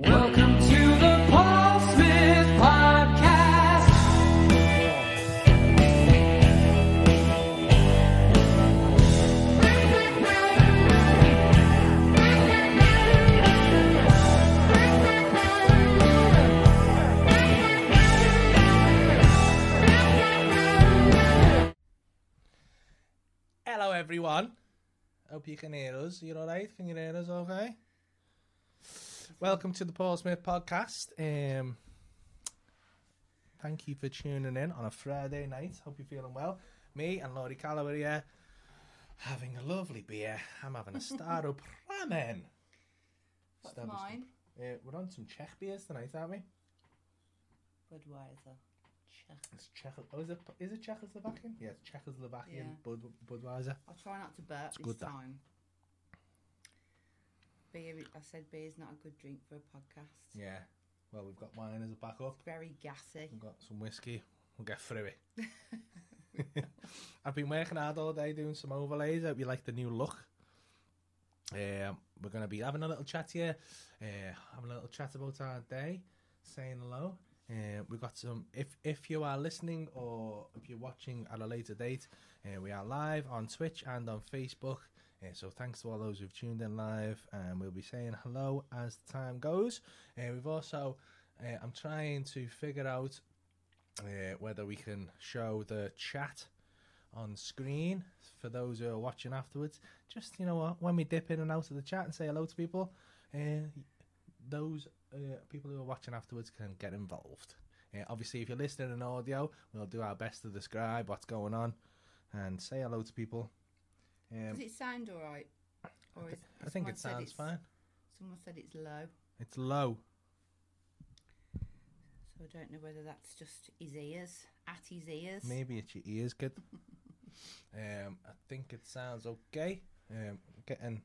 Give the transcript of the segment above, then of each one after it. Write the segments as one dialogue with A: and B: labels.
A: Welcome to the Paul Smith Podcast.
B: Hello, everyone. Hope you can hear us. You're all right? Can you hear us okay? Welcome to the Paul Smith podcast. Um, thank you for tuning in on a Friday night. Hope you're feeling well. Me and Laurie Calloway are here having a lovely beer. I'm having a star up ramen.
C: What's
B: Stab us
C: mine?
B: Uh, we're on some Czech beers tonight, aren't we?
C: Budweiser. Czech.
B: It's Czech. Oh, is it? Is it Czechoslovakian? Yeah, it's Czechoslovakian
C: Yeah.
B: Bud, Budweiser.
C: I'll try not to burp this
B: good, that.
C: time. Beer, is- I said beer is not a good drink for a podcast.
B: Yeah. Well, we've got wine as a backup.
C: It's very gassy.
B: We've got some whiskey. We'll get through it. I've been working hard all day doing some overlays. Hope you like the new look. Um, we're going to be having a little chat here, uh, having a little chat about our day, saying hello. Uh, we've got some. If if you are listening or if you're watching at a later date, uh, we are live on Twitch and on Facebook. Uh, so thanks to all those who've tuned in live, and we'll be saying hello as time goes. Uh, we've also, uh, I'm trying to figure out uh, whether we can show the chat on screen for those who are watching afterwards. Just you know what, when we dip in and out of the chat and say hello to people, uh, those uh, people who are watching afterwards can get involved. Uh, obviously, if you're listening in audio, we'll do our best to describe what's going on and say hello to people.
C: Does
B: Um,
C: it sound all right? Or is,
B: I think
C: someone
B: it
C: said
B: sounds
C: it's-
B: fine.
C: Someone said it's low,
B: It's low.
C: so I don't know whether that's just his ears, at his ears.
B: Maybe it's your ears, kid. um, I think it sounds okay. Um, getting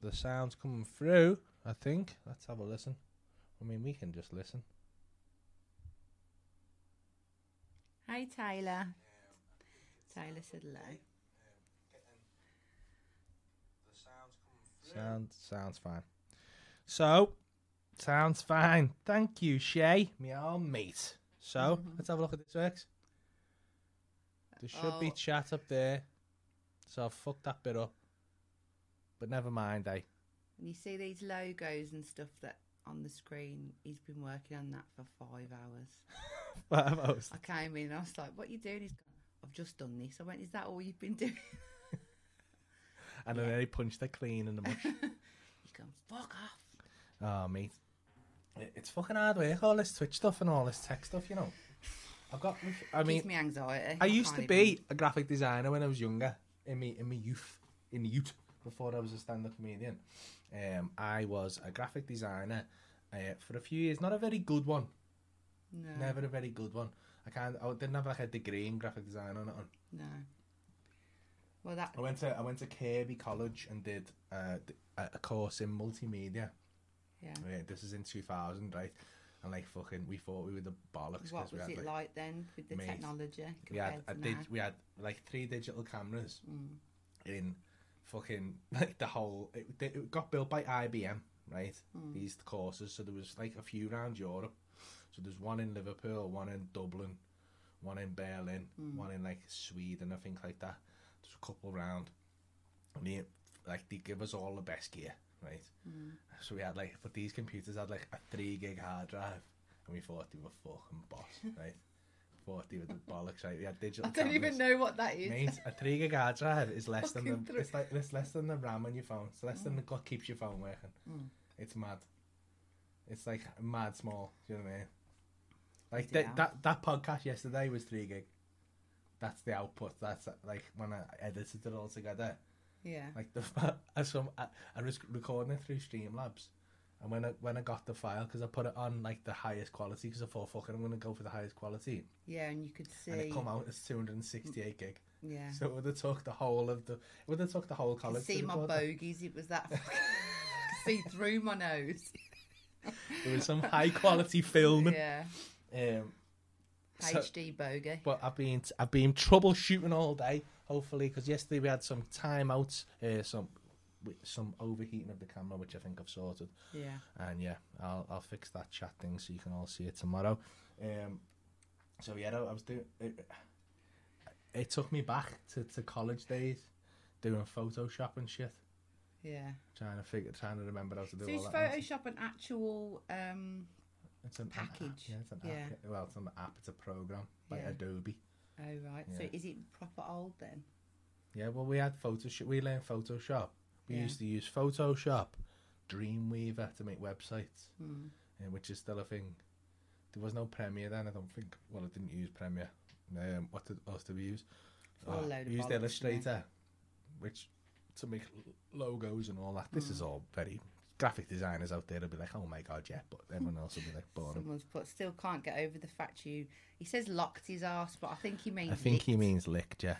B: the sounds coming through. I think. Let's have a listen. I mean, we can just listen.
C: Hi, Taylor. Taylor said low.
B: Sound sounds fine. So, sounds fine. Thank you, Shay, my old mate. So, let's have a look at this works. There should be
C: Oh.
B: chat up there. So I've fucked that bit up. But never mind, eh?
C: And you see these logos and stuff that on the screen. He's been working on that for five hours.
B: What have I
C: I came in and I was like, "What are you doing?" He's gone, "I've just done this." I went, "Is that all you've been doing?"
B: And then they punched her clean in the mush.
C: He's gone, "Fuck off."
B: oh, mate. It- It's fucking hard work, all this Twitch stuff and all this tech stuff, you know. I've got, I
C: Gives
B: mean,
C: me anxiety.
B: I used to
C: can't
B: be
C: even-
B: a graphic designer when I was younger, in me, in my youth, in youth, before I was a stand up comedian. Um, I was a graphic designer uh, for a few years, not a very good one,
C: No,
B: never a very good one. I can't, I didn't have like a degree in graphic design or nothing.
C: No. Well, that
B: I went to I went to Kirby College and did uh, d- a a course in multimedia.
C: yeah.
B: Yeah, this is in 2000, right? And like fucking, we thought we were the bollocks
C: What
B: because we
C: was
B: had
C: it
B: like,
C: like, then with the
B: mate,
C: technology
B: we had
C: compared
B: a
C: to
B: dig-
C: now?
B: we had like three digital cameras
C: Mm.
B: in fucking like the whole. It, it got built by IBM, right?
C: Mm.
B: These courses, so there was like a few around Europe. So there's one in Liverpool, one in Dublin, one in Berlin,
C: Hmm.
B: one in like Sweden, I think like that. There's a couple round. And they, like they give us all the best gear, right?
C: Hmm.
B: So we had like, but these computers had like a three gig hard drive, and we thought they were fucking boss, right? thought they were the bollocks, right? We had digital.
C: I don't
B: cameras.
C: even know what that is.
B: Mate, a three gig hard drive is less than
C: Fucking Mm.
B: the
C: three-
B: it's like it's less than the RAM on your phone. It's less than the, what keeps your phone working.
C: Mm.
B: It's mad. It's like mad small. Do you know what I mean? Like that
C: Bloody hell.
B: that that podcast yesterday was three gig. That's the output. That's uh, like when I edited it all together.
C: Yeah.
B: Like the fa- as some I, I was recording it through Streamlabs, and when I when I got the file because I put it on like the highest quality because I thought fucking I'm gonna go for the highest quality,
C: Yeah, and you could see.
B: and it come out as 268 gig.
C: yeah.
B: So it would have took the whole of the it would have took the whole
C: I could
B: college. to
C: see my
B: record that.
C: bogies. It was that. fucking- see through my nose.
B: There was some high quality film.
C: Yeah.
B: Um, So-
C: HD bogey.
B: but I've been I've been troubleshooting all day. Hopefully, because yesterday we had some timeouts, uh, some with some overheating of the camera, which I think I've sorted.
C: Yeah.
B: And yeah, I'll I'll fix that chat thing so you can all see it tomorrow. Um, so yeah, I was doing. It, it took me back to, to college days, doing Photoshop and shit,
C: Yeah.
B: trying to figure, trying to remember how to do
C: So is
B: all that.
C: Photoshop an actual? Um,
B: It's an app,
C: package?
B: yeah, it's an
C: Yeah.
B: app. Well, it's an app. It's a program by
C: Yeah.
B: Adobe.
C: oh right. So
B: Yeah.
C: is it proper old then?
B: Yeah, well, we had Photoshop. We learned Photoshop. We
C: Yeah.
B: used to use Photoshop, Dreamweaver to make websites,
C: Hmm.
B: uh, which is still a thing. There was no Premiere then, I don't think. Well, I didn't use Premiere. Um, what did, else did we use? Ah,
C: All a load of
B: we used
C: bollocks, yeah.
B: Illustrator, which to make l- logos and all that. This
C: Hmm.
B: is all very graphic designers out there will be like, oh my god, yeah, but everyone else will be like, boring.
C: Someone's put still can't get over the fact you. He says locked his ass, but I think he means.
B: I think he
C: licked.
B: means licked, yeah.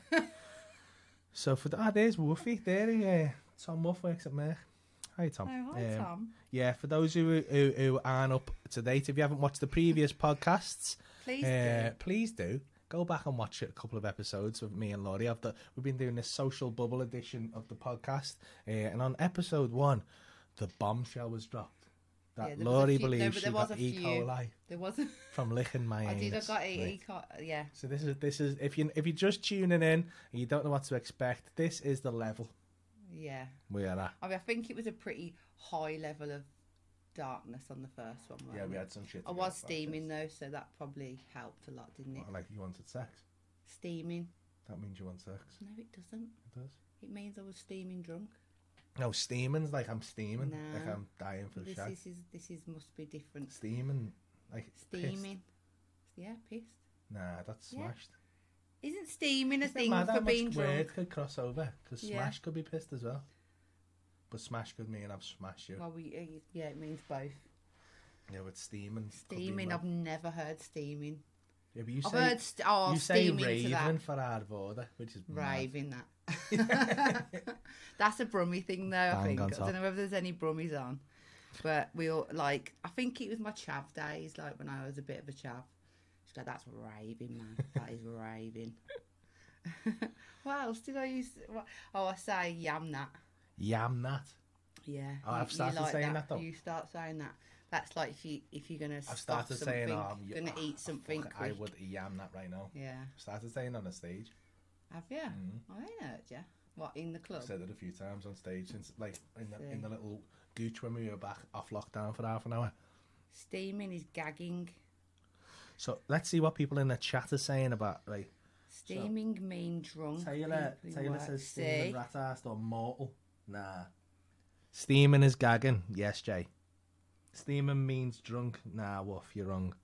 B: so for that, ah, there's Woofy. There he, uh, Tom Wolf works at Merck. Hi, Tom.
C: Oh, hi
B: Um,
C: Tom.
B: Yeah, for those who, who who aren't up to date, if you haven't watched the previous podcasts,
C: Please
B: uh,
C: do.
B: please do go back and watch a couple of episodes with me and Laurie. I've the, we've been doing this social bubble edition of the podcast, uh, and on episode one, the bombshell was dropped that
C: Yeah, there was a
B: Laurie
C: few- there-
B: believes
C: there
B: she
C: was
B: got
C: a
B: E.
C: few.
B: coli
C: There wasn't.
B: from licking my
C: I did. I
B: anus.
C: got a.
B: Right.
C: He can't, yeah.
B: So this is this is if you if you're just tuning in and you don't know what to expect, this is the level
C: Yeah.
B: we are at.
C: I mean, I think it was a pretty high level of darkness on the first one. wasn't it?
B: some shit.
C: I was steaming though, so that probably helped a lot, didn't it?
B: Like you wanted sex.
C: Steaming.
B: That means you want sex.
C: No, it doesn't.
B: It does.
C: It means I was steaming drunk.
B: No, steaming's like I'm steaming.
C: Nah.
B: Like I'm dying for the
C: This
B: shag.
C: is, is this is must be different.
B: Steaming. Like pissed.
C: Steaming. Yeah, pissed.
B: Nah, that's
C: Yeah.
B: smashed.
C: Isn't steaming a thing
B: Mad how
C: for
B: much
C: being drunk?
B: word could cross over because
C: Yeah.
B: smash could be pissed as well. But smash could mean I've smashed you.
C: Well, we uh, yeah, it means both.
B: yeah, with steaming. could be
C: Steaming.
B: like-
C: I've never heard steaming.
B: Yeah, but you
C: I've
B: say,
C: heard st- oh,
B: you say
C: steaming to that.
B: raving for Ardvorda, which is mad.
C: Raving that. That's a Brummy thing though, I
B: Bang
C: think. I
B: on top.
C: don't know whether there's any Brummies on. But we all like I think it was my chav days, like when I was a bit of a chav. She's like, That's raving, man. That is raving. what else did I use what, oh I say yam that.
B: Yam that.
C: Yeah.
B: Oh, I've started saying that, though.
C: You start saying that. That's like if you if you're gonna
B: I've
C: stuff
B: started
C: something,
B: saying, oh, I'm
C: gonna eat something
B: Fuck, I
C: quick.
B: would yam that right now.
C: Yeah.
B: I've started saying on a stage.
C: Have you? I ain't heard you. What in the club?
B: I've Mm-hmm. said it a few times on stage since, like, in the,
C: Oh. Yeah.
B: in the little gooch when we were back off lockdown for half an hour.
C: Steaming is gagging.
B: So let's see what people in the chat are saying about like
C: Steaming mean drunk.
B: Taylor.
C: people who
B: Taylor
C: work-
B: says
C: See?
B: steaming rat assed or mortal. Nah. Steaming is gagging. Yes, Jay. Steaming means drunk. Nah, woof, you're wrong.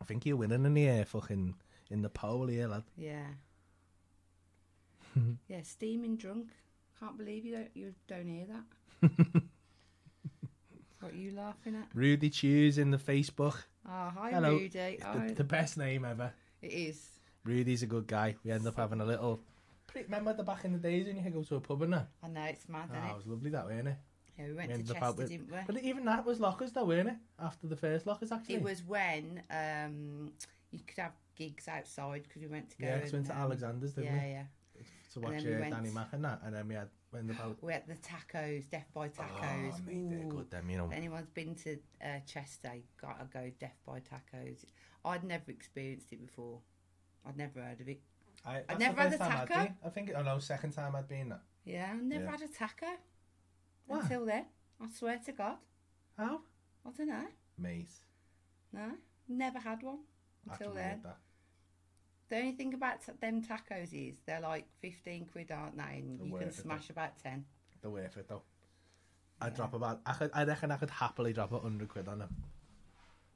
B: I think you're winning in the air, fucking in the poll here, lad.
C: Yeah. yeah, steaming drunk. Can't believe you don't you don't hear that. what are you laughing at?
B: Rudy Chews in the Facebook.
C: Oh, hi
B: Hello.
C: Rudy.
B: It's
C: Oh,
B: the, the best name ever.
C: it is.
B: Rudy's a good guy. We end up having a little. Pre- Remember the back in the days when you could go to a pub and that?
C: I know it's mad,
B: Oh,
C: isn't
B: it
C: it?
B: was lovely that, weren't it?
C: Yeah, we
B: we
C: went
B: ended up
C: to
B: out
C: Chester,
B: with-
C: didn't we?
B: But even that was lockers though, weren't it? After the first lockers, actually.
C: It was when um, you could have gigs outside because we went to go.
B: Yeah, 'cause we went to
C: and, um,
B: Alexander's, didn't
C: yeah,
B: we?
C: yeah.
B: To
C: and
B: watch
C: then we
B: uh,
C: went-
B: Danny Mac and that, and then we had when the boat.
C: We had the tacos, Death by Tacos.
B: Oh, mate, they're
C: Ooh.
B: good. Them, you know.
C: If anyone's been to uh, Chester, gotta go deaf by tacos. I'd never experienced it before. I'd never heard of it.
B: I, that's the
C: never had
B: first
C: a
B: time I'd
C: taco.
B: been. I think. Oh no, second time I'd been that.
C: Yeah, I never
B: Yeah.
C: had a taco
B: Why?
C: until then. I swear to God,
B: How?
C: I don't know.
B: Mate,
C: No, never had one
B: I
C: until
B: can
C: then.
B: read that.
C: The only thing about t- them tacos is they're like fifteen quid, aren't they? And
B: They're
C: you can
B: worth it,
C: smash about ten.
B: They're worth it though. I'd drop about. I could. I reckon I could happily drop a hundred quid on them.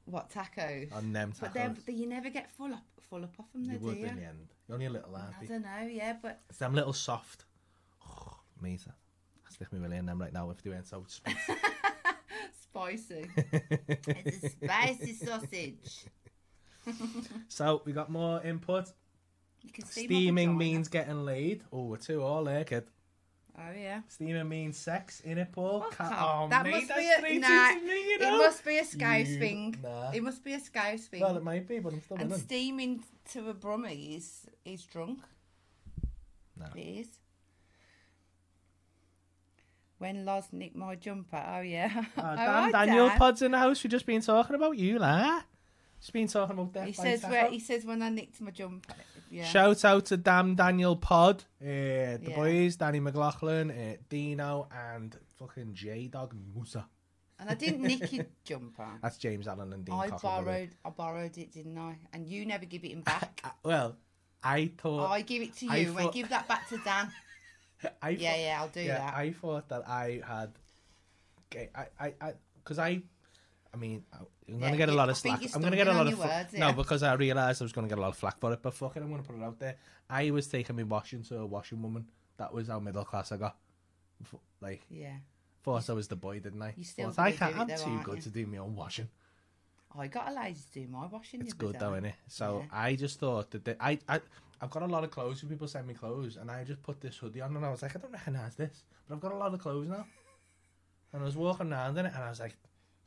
C: What tacos?
B: On them
C: but then
B: tacos.
C: you never get full up, full up off them,
B: You
C: though, do
B: would
C: you?
B: in the end. You're only a little
C: I
B: lampy.
C: don't know. Yeah, but
B: It's them little soft. Oh, mate, I stick me really in them right now if they weren't so spicy.
C: spicy. it's a spicy sausage.
B: so we got more input.
C: You can steam my
B: Steaming
C: vagina.
B: means getting laid. Oh, we're two all there, kid.
C: Oh yeah.
B: Steaming means sex in it, Paul.
C: Fuck
B: Ca-
C: off.
B: oh,
C: That
B: mate,
C: must
B: that's
C: be a-
B: three two
C: nah,
B: to me, you
C: It
B: know?
C: must be a scouse
B: You-
C: thing.
B: nah.
C: It must be a scouse thing.
B: Well, it might be, but I'm still
C: and
B: winning.
C: steaming to a brummie is is drunk.
B: No.
C: It is. When Loz nicked my jumper. Oh, yeah.
B: Oh,
C: All
B: Dan,
C: right,
B: Daniel
C: Dad.
B: Pod's in the house. We've just been talking about you, lah. Just been talking about that.
C: He says, where, he says when I nicked my jumper. Yeah.
B: Shout out to Damn Daniel Pod, uh, the
C: Yeah.
B: boys, Danny McLaughlin, uh, Dino, and fucking J Dog Musa.
C: And I didn't nick your jumper.
B: That's James Allen and Dean
C: I
B: Cocker, by the way.
C: borrowed, I borrowed it, didn't I? And you never give it him back.
B: Uh, well, I thought.
C: Oh, I give it to
B: I
C: you. I
B: thought-
C: give that back to Dan.
B: I thought-
C: Yeah, yeah, I'll do
B: yeah,
C: that.
B: I thought that I had. Okay, I, I, because I, I mean, I- I'm gonna
C: Yeah,
B: get a
C: you-
B: lot
C: I
B: of
C: think
B: slack.
C: you're
B: I'm gonna get a
C: stumbling
B: lot
C: on
B: of
C: your
B: fla-
C: words,
B: no
C: yeah.
B: because I realised I was gonna get a lot of flack for it, but fuck it, I'm gonna put it out there. I was taking my washing to a washing woman. That was how middle class I got. F- Like
C: Yeah.
B: thought I was the boy, didn't I?
C: you still
B: Thought I
C: gonna do
B: can't.
C: it
B: I'm
C: though,
B: too
C: aren't
B: good
C: you?
B: to do my own washing.
C: I Oh, got a lady to do my washing.
B: It's
C: the other
B: good though,
C: day.
B: innit? So
C: Yeah.
B: I just thought that they, I, I, I've got a lot of clothes. When people send me clothes, and I just put this hoodie on, and I was like, I don't recognise this, but I've got a lot of clothes now. And I was walking around in it, and I was like,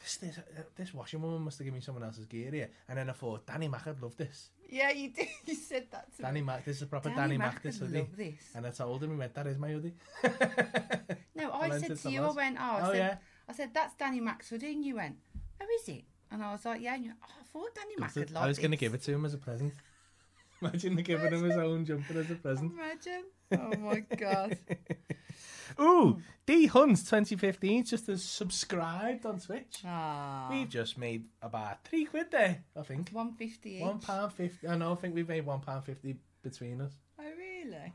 B: this, this, uh, this washing woman must have given me someone else's gear here. And then I thought, Danny Mac would love this.
C: Yeah, you did. You said that to
B: Danny
C: me.
B: Mac, this is a proper Danny, Mac,
C: Mac
B: this
C: would
B: hoodie.
C: love this.
B: And I told him, he went, that is my hoodie.
C: No,
B: I
C: I
B: lent it
C: said
B: to
C: to you, I
B: Loz.
C: went, oh, I
B: Oh,
C: said,
B: yeah.
C: I said, that's Danny Mac's hoodie. And you went, oh, is it? And I was like, yeah. And you went, oh, I thought Danny Mac would like
B: I was going to
C: this."
B: give it to him as a present. Imagine they giving him his own jumper as a present.
C: Imagine. Oh, my God.
B: Ooh, D Huns 2015 's just as subscribed on Twitch.
C: Ah,
B: We've just made about three quid there, I think.
C: 150 each.
B: One pound fifty. I know. I think we've made one pound fifty between us.
C: Oh, really?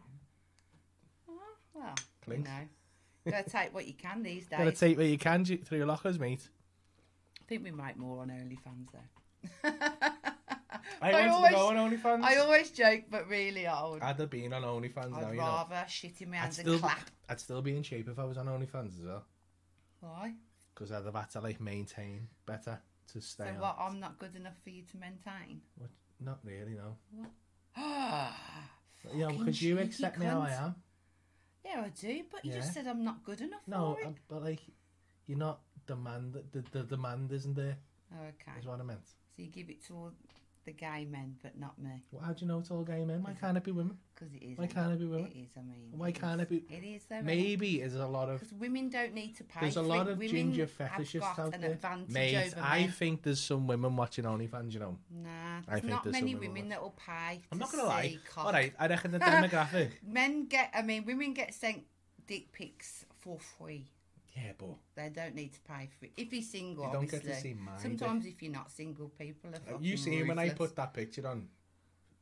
C: Oh, well,
B: Clink.
C: you know. Gotta take what you can these
B: Gotta
C: days.
B: take what you can ju- through your lockers, mate.
C: I think we make more on OnlyFans, though.
B: I,
C: I
B: wanted to go on
C: always-
B: OnlyFans.
C: I always joke, but really, I would,
B: I'd have been on OnlyFans now,
C: I'd
B: you know.
C: rather shit in my
B: I'd
C: hands
B: still,
C: and
B: be,
C: clap.
B: I'd still be in shape if I was on OnlyFans as well,
C: Why?
B: because I'd have had to like maintain better to stay
C: So
B: on.
C: what? I'm not good enough for you to maintain.
B: What- Not really, no.
C: yeah,
B: Yeah, because you accept me how I am.
C: Yeah, I do, but you
B: Yeah.
C: just said I'm not good enough
B: No,
C: for it.
B: uh, but like, you're not demand. The, the demand isn't there.
C: Oh, okay.
B: Is what I meant.
C: So you give it to all the gay men, but not me,
B: Well, how do you know it's all gay men? Why can't it be women?
C: because it is.
B: Why
C: isn't
B: can't it be women?
C: It is. I mean,
B: Why can't
C: is.
B: it be-
C: It is though.
B: Maybe is a lot of
C: Because women don't need to pay.
B: There's a
C: for
B: lot
C: it.
B: of
C: women
B: ginger
C: have
B: fetishists
C: got
B: out
C: an
B: there.
C: advantage
B: Mate,
C: over
B: I
C: men.
B: think there's some women watching OnlyFans, you know.
C: Nah,
B: I
C: there's
B: think
C: not
B: there's
C: many
B: some women
C: women that will pay.
B: I'm
C: to
B: not gonna lie.
C: see cock.
B: All right, I reckon the demographic.
C: Men get. I mean, women get sent dick pics for free.
B: yeah, but
C: They don't need to pay for it. If he's single,
B: You don't get
C: obviously.
B: to see mine,
C: Sometimes if you're not single, people are fucking
B: you see when I
C: ruthless.
B: put that picture on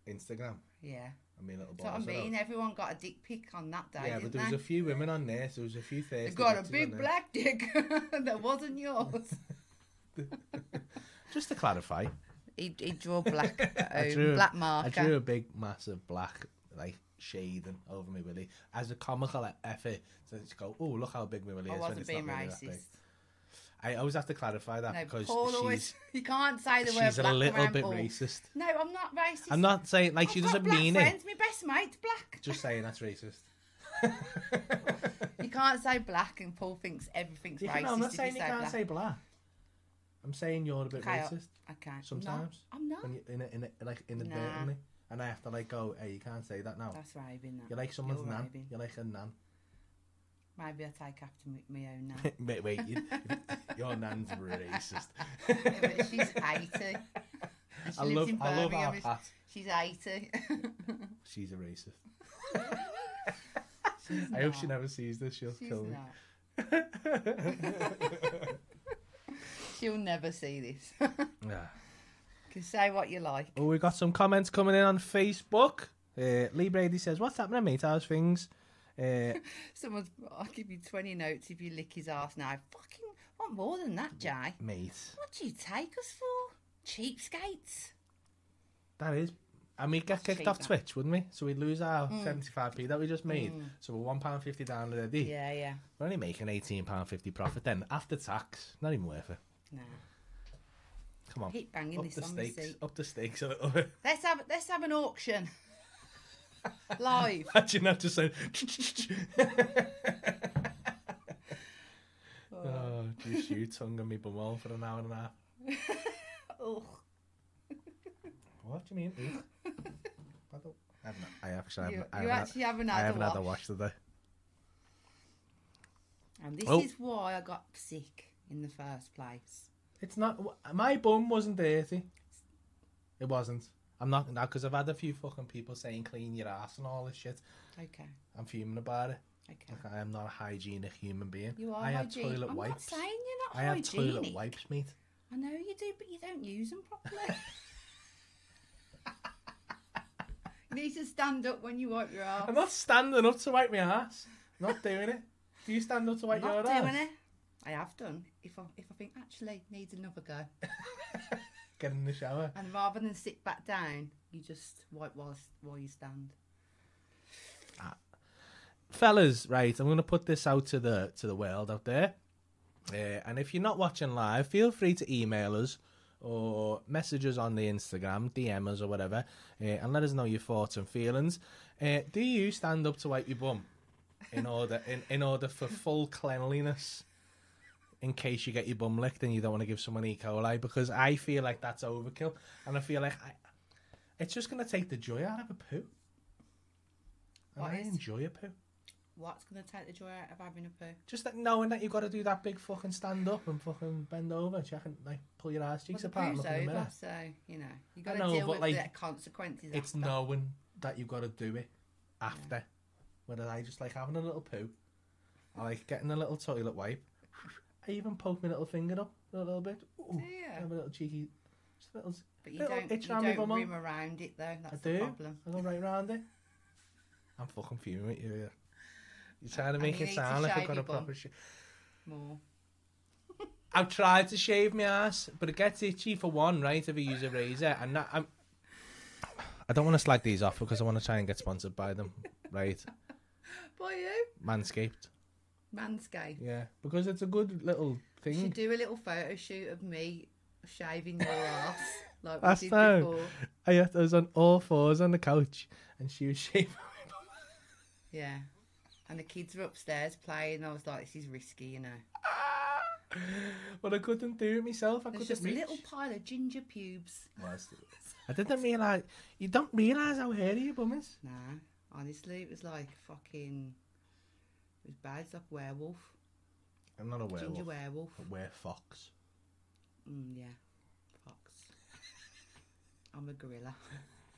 B: Instagram,
C: Yeah.
B: I mean little
C: That's what I
B: balls. are
C: mean.
B: out.
C: Everyone got a dick pic on that day,
B: Yeah,
C: didn't
B: but there was
C: they?
B: a few women on there. So there was a few
C: They
B: things.
C: got a big black dick that wasn't yours.
B: Just to clarify,
C: he, he drew black,
B: I
C: um,
B: drew a-
C: black
B: I
C: marker.
B: drew a big, massive black like shading over me willy as a comical effort to just go, oh look how big my willy
C: I
B: is. when
C: wasn't
B: it's not
C: being
B: really that big."
C: racist.
B: I always have to clarify that
C: No,
B: because
C: Paul
B: she's
C: always. You can't say the word
B: she's a
C: black
B: little
C: around
B: bit
C: Paul.
B: racist.
C: No, I'm not racist.
B: I'm not saying like
C: I've
B: she
C: got
B: doesn't
C: black
B: mean it.
C: friends. My best mate's black.
B: Just saying that's racist.
C: You can't say black, and Paul thinks everything's racist.
B: I'm not
C: if
B: saying you
C: you say
B: can't
C: black.
B: say black. I'm saying you're a bit
C: Okay, I-
B: racist
C: Okay. no,
B: sometimes.
C: I'm not.
B: when you in a, in a, like inadvertently, and I have to like go, hey, you can't say that now.
C: That's raving. That.
B: You're like someone's
C: You're
B: nan.
C: raving.
B: You're like a nan.
C: Maybe I take after me, me own now.
B: wait, wait, you, your nan's racist.
C: Yeah, but she's 80. And she
B: I
C: lives
B: love,
C: in
B: I love our
C: Birmingham. It's-
B: Pat.
C: She's 80.
B: She's a racist.
C: She's
B: I hope she
C: not.
B: never sees this. She'll
C: She's
B: kill me.
C: not. She'll never see this.
B: Yeah.
C: Can say what you like.
B: Well, we got some comments coming in on Facebook. Uh, Lee Brady says, "What's happening, mate? How's things?" Uh,
C: Someone's. I'll give you 20 notes if you lick his ass now. Fucking want more than that, Jay.
B: mate,
C: What do you take us for? Cheapskates.
B: that is. And we'd get kicked
C: cheap,
B: off
C: that.
B: Twitch, wouldn't we? So we'd lose our
C: Mm.
B: 75p that we just made. So we're £1.50 down already.
C: Yeah, yeah.
B: We're only making £18.50 profit then after tax. Not even worth it.
C: No.
B: Come on.
C: Keep banging
B: Up
C: this
B: the
C: on the
B: stakes.
C: seat.
B: Up the stakes a little bit.
C: Let's have let's have an auction. Live.
B: Imagine that just saying. oh, just you tongue on me bumhole for an hour and a half.
C: Ugh.
B: What do you mean? Ooh. I don't- I haven't. I actually
C: You,
B: haven't. I
C: you
B: haven't
C: actually haven't
B: I
C: had a
B: haven't
C: watch.
B: had a watch today.
C: And this
B: Oh.
C: is why I got sick in the first place.
B: It's not. My bum wasn't dirty. It wasn't. I'm not now because I've had a few fucking people saying clean your ass and all this shit.
C: Okay,
B: I'm fuming about it.
C: okay.
B: Like I am not a hygienic human being.
C: You are
B: I had
C: hygienic.
B: toilet
C: I'm not
B: wipes.
C: saying you're not
B: I had
C: hygienic.
B: toilet wipes, mate.
C: I know you do, but you don't use them properly. you need to stand up when you wipe your ass.
B: I'm not standing up to wipe my ass. Not doing it. Do you stand up to wipe your
C: not
B: ass?
C: doing it. I have done. If I if I think actually needs another go,
B: Get in the shower.
C: and rather than sit back down, you just wipe while while you stand.
B: fellas, right, I'm going to put this out to the to the world out there. Uh, and if you're not watching live, feel free to email us or message us on the Instagram, DM us or whatever, uh, and let us know your thoughts and feelings. Uh, do you stand up to wipe your bum in order in, in order for full cleanliness? In case you get your bum licked and you don't want to give someone E. coli, because I feel like that's overkill, and I feel like I, it's just going to take the joy out of a poo. And
C: What
B: I
C: is-
B: enjoy a poo.
C: What's going to take the joy out of having a poo?
B: Just that knowing that you've got to do that big fucking stand up and fucking bend over and check and like pull your ass cheeks
C: Well, the
B: apart and
C: poo's
B: look in the
C: over,
B: mirror.
C: so you know you got to
B: know,
C: deal
B: but,
C: with
B: like,
C: the consequences.
B: It's
C: after.
B: knowing that you've got to do it after. Whereas I just like having a little poo, I like getting a little toilet wipe. I even poke my little finger up a little bit. Ooh,
C: Yeah.
B: Have a little cheeky, just a little.
C: But you
B: little
C: don't, you
B: itch around my
C: don't
B: bum.
C: rim around it though. That's
B: I
C: the
B: do.
C: problem.
B: I go right round it. I'm fucking fuming with you. Yeah. You're trying to
C: And
B: make
C: you
B: it
C: need to
B: sound like I've
C: shave
B: got a
C: your bum.
B: proper. Sh-
C: More.
B: I've tried to shave my ass, but it gets itchy for one, right? If I use a razor, and that, I'm. I don't want to slag these off because I want to try and get sponsored by them, right?
C: By you?
B: Manscaped,
C: Manscaped.
B: yeah, because it's a good little
C: You
B: thing.
C: should do a little photo shoot of me shaving your ass like
B: Last
C: we did
B: time.
C: before.
B: I, had- I was on all fours on the couch, and she was shaving.
C: Yeah. And the kids were upstairs playing. I was like, this is risky, you know.
B: But I couldn't do it myself. I couldn't
C: There's just
B: reach.
C: a little pile of ginger pubes.
B: I didn't realize. You don't realize how hairy your bum is.
C: Nah, honestly, it was like fucking. It was bad. It's like werewolf,
B: I'm not a werewolf.
C: ginger werewolf.
B: A werefox.
C: Mm, yeah, fox. I'm a gorilla.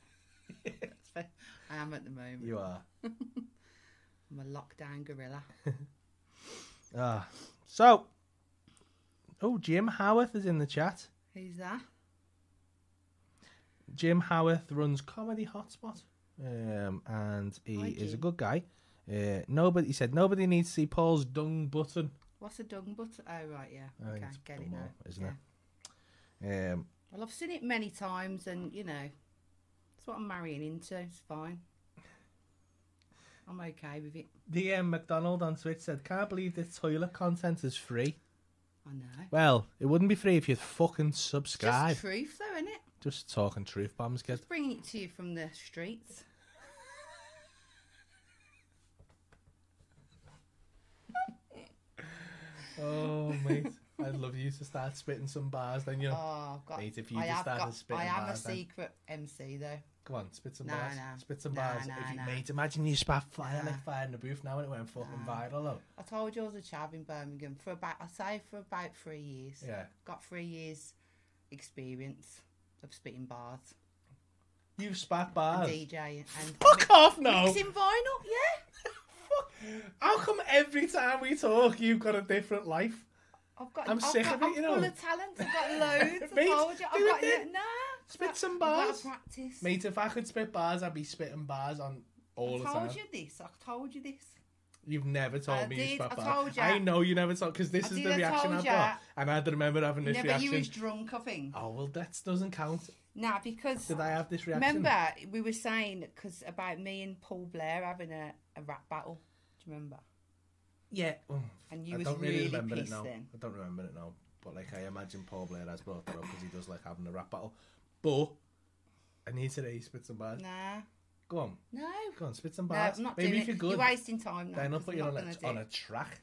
C: That's fair. I am at the moment.
B: You are.
C: I'm a lockdown gorilla.
B: Ah, so. Oh, Jim Howarth is in the chat.
C: Who's that?
B: Jim Howarth runs Comedy Hotspot, um, and he
C: Hi,
B: is a
C: Jim.
B: good guy. Uh, nobody, he said, nobody needs to see Paul's dung button.
C: What's a dung butt? Oh right, yeah.
B: I think
C: okay,
B: it's
C: get it
B: Dunmore,
C: now.
B: isn't
C: yeah.
B: it? Um,
C: Well, I've seen it many times, and you know, it's what I'm marrying into. It's fine. I'm okay with it.
B: DM McDonald on Twitch said, "Can't believe this toilet content is free."
C: I know.
B: Well, it wouldn't be free if you'd fucking
C: It's Just
B: subscribe. Just,
C: truth, though, isn't it?
B: talking truth bombs, kid.
C: Just bringing it to you from the streets.
B: Oh, mate, I'd love you to start spitting some bars. Then you know,
C: Oh, I've got.
B: Mate, if you
C: I
B: just
C: have
B: started
C: got.
B: spitting
C: I am a
B: bars then.
C: secret MC, though.
B: come on, spit some
C: No,
B: bars,
C: no.
B: spit some
C: No,
B: bars.
C: no,
B: if you,
C: no.
B: Mate, imagine you spat fire
C: No.
B: like fire in the booth now, and it went fucking
C: No.
B: viral. Though.
C: I told you I was a chav in Birmingham for about. I say for about three years.
B: Yeah.
C: Got three years experience of spitting bars,
B: You spat
C: and
B: bars.
C: DJing, and
B: Oh. Fuck Oh. off now.
C: mixing vinyl. Yeah.
B: Fuck. How come every time we talk, you've got a different life?
C: I've got.
B: I'm
C: I've
B: sick
C: got,
B: of it,
C: I'm
B: you know.
C: full of talent. I've got loads. I
B: Mate,
C: told you.
B: do
C: I've got
B: it then.
C: no.
B: Spit some bars.
C: practice.
B: Mate, if I could spit bars, I'd be spitting bars on all
C: I
B: the time.
C: told you this. I told you this.
B: You. have never told
C: I
B: me you
C: did,
B: spat
C: I
B: bars.
C: told ya.
B: I know you never told because this
C: I
B: is
C: did,
B: the
C: I
B: reaction
C: told
B: I've
C: ya.
B: got, and I'd remember having this
C: Never.
B: reaction.
C: You was drunk. I think.
B: Oh well, that's doesn't count.
C: Now because
B: Did I have this reaction?
C: Remember, we were saying because about me and Paul Blair having a, a rap battle. Do you remember?
B: Yeah. Mm.
C: And you
B: I
C: was
B: don't
C: really,
B: really remember
C: pissed
B: it now.
C: then.
B: I don't remember it now. But like, I imagine Paul Blair has brought that up because he does like having a rap battle. But I need today spit some bars.
C: Nah,
B: Go on,
C: no,
B: go on, spit some
C: no,
B: bars.
C: I'm not
B: Maybe
C: doing
B: if you're
C: it.
B: good,
C: You're wasting time. Now,
B: then I'll
C: 'cause
B: put
C: I'm
B: you
C: not
B: on
C: gonna
B: a,
C: do
B: on
C: it.
B: a track.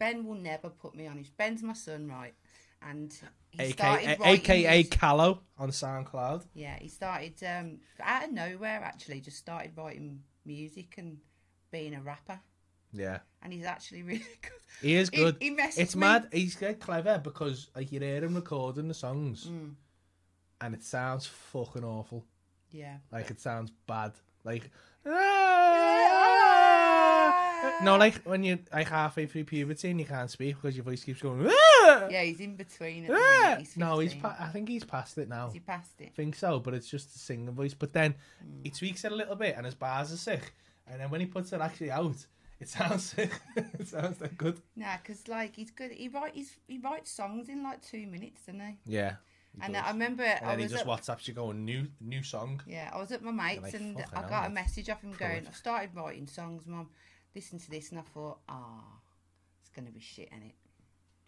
C: Ben will never put me on his. Ben's my son, right? And he
B: AKA,
C: started writing
B: AKA
C: his-
B: Callow on SoundCloud.
C: Yeah, he started um, out of nowhere. Actually, just started writing music and being a rapper.
B: Yeah.
C: and he's actually really good.
B: He is
C: He-
B: good.
C: he messaged
B: it's
C: me.
B: mad. He's get clever because like you hear him recording the songs,
C: Mm.
B: and it sounds fucking awful.
C: Yeah.
B: Like it sounds bad. Like no, like when you like halfway through puberty and you can't speak because your voice keeps going.
C: Yeah, he's in between. At the
B: "Ah."
C: minute. He's
B: no, he's.
C: 15.
B: Pa- I think he's past it now.
C: Has he passed it?
B: think so, but it's just the singing voice. But then
C: Hmm.
B: he tweaks it a little bit, and his bars are sick. And then when he puts it actually out, it sounds sick. it sounds that good.
C: Nah, because like he's good. He write he's, he writes songs in like two minutes, doesn't he?
B: Yeah.
C: And I remember I
B: then he
C: was
B: just
C: at,
B: WhatsApps you going new new song.
C: yeah, I was at my mates
B: like,
C: and
B: "Fucking
C: I
B: hell,
C: got a
B: mate."
C: message off him going,
B: Prolific.
C: I've started writing songs, mum. Listen to this, and I thought, ah, it's gonna be shit, and it,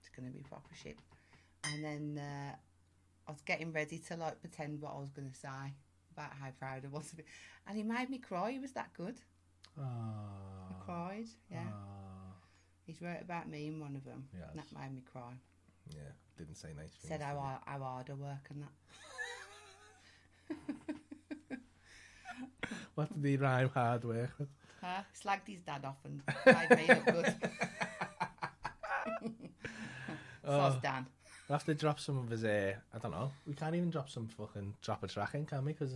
C: it's gonna be proper shit. And then uh, I was getting ready to like pretend what I was gonna say about how proud I was of it, and he made me cry. He was that good. I
B: Ah,
C: cried. Yeah,
B: ah.
C: he's wrote about me in one of them.
B: Yes.
C: And that made me cry.
B: yeah, didn't say nice. Things.
C: Said how hard, how hard I work and that.
B: What did he rhyme hard with?
C: Huh? Slagged his dad off and made me look good.
B: Oh.
C: Soz Dan.
B: We'll have to drop some of his. Uh, I don't know. We can't even drop some fucking drop a track in, can we? Because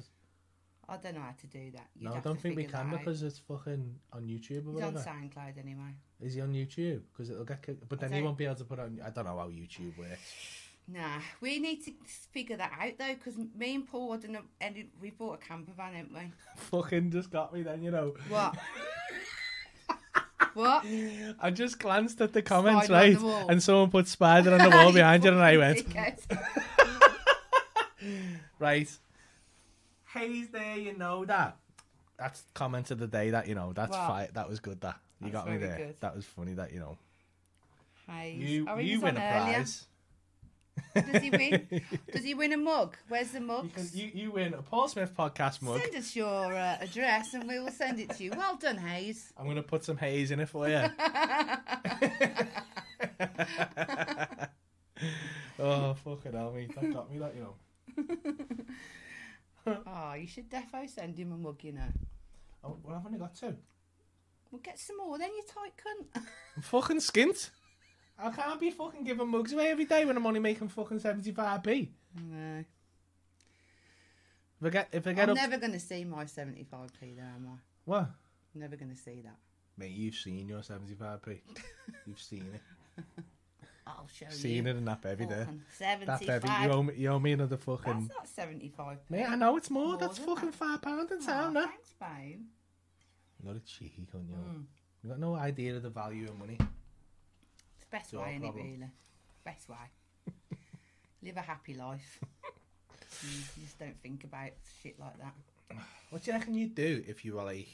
C: I don't know how to do that. You'd
B: no, I
C: have to
B: don't think we
C: figure
B: can
C: that out.
B: because it's fucking on YouTube or
C: he's on
B: whatever.
C: SoundCloud anyway.
B: Is he on YouTube? Because it'll get kicked. But then he
C: don't-
B: won't be able to put it on. I don't know how YouTube works.
C: Nah, we need to figure that out though, because me and Paul had an, and we bought a camper van, didn't we?
B: Fucking just got me then, you know.
C: What? what?
B: I just glanced at the comments,
C: Spider on
B: right?
C: the wall.
B: and someone put spider on the wall behind you, and I went,
C: Dickhead.
B: right. Hayes there, you know that. That's comment of the day that you know. That's
C: Wow.
B: fi- that was good that. You
C: That's
B: got me
C: very
B: there.
C: good.
B: That was funny that you know.
C: Hayes.
B: You
C: Oh, he
B: you
C: was
B: win a
C: on earlier.
B: prize.
C: Does he win? Does he win a mug? Where's the mug?
B: You, can, you you win a Paul Smith podcast mug.
C: Send us your uh, address and we will send it to you. Well done, Hayes.
B: I'm gonna put some haze in it for you. oh fucking hell, mate! That got me. That you know.
C: Oh, you should defo send him a mug, you know.
B: Oh, well, I've only got two.
C: We'll get some more then, you tight cunt.
B: I'm fucking skint. I can't be fucking giving mugs away every day when I'm only making fucking seventy five p.
C: no.
B: If I get if I get
C: I'm
B: up,
C: never going to see my 75p there, am I?
B: what?
C: Never going to see that.
B: Mate, you've seen your seventy five p. You've seen it.
C: I'll show you.
B: seen it and that bevy there.
C: Oh, Fucking
B: That
C: 75.
B: bevy. You owe me. You owe me another
C: That's
B: fucking.
C: not 75.
B: Mate, I know it's more.
C: More
B: That's
C: than
B: fucking
C: that.
B: five pound in
C: Oh,
B: town. That.
C: thanks, babe.
B: You're a cheeky cunt, you.
C: Hmm.
B: know. You got no idea of the value of money.
C: It's the best
B: Your
C: way, isn't it,
B: problem.
C: really? Best way. Live a happy life. Mm, you just don't think about shit like that.
B: What do you reckon you'd do if you were like?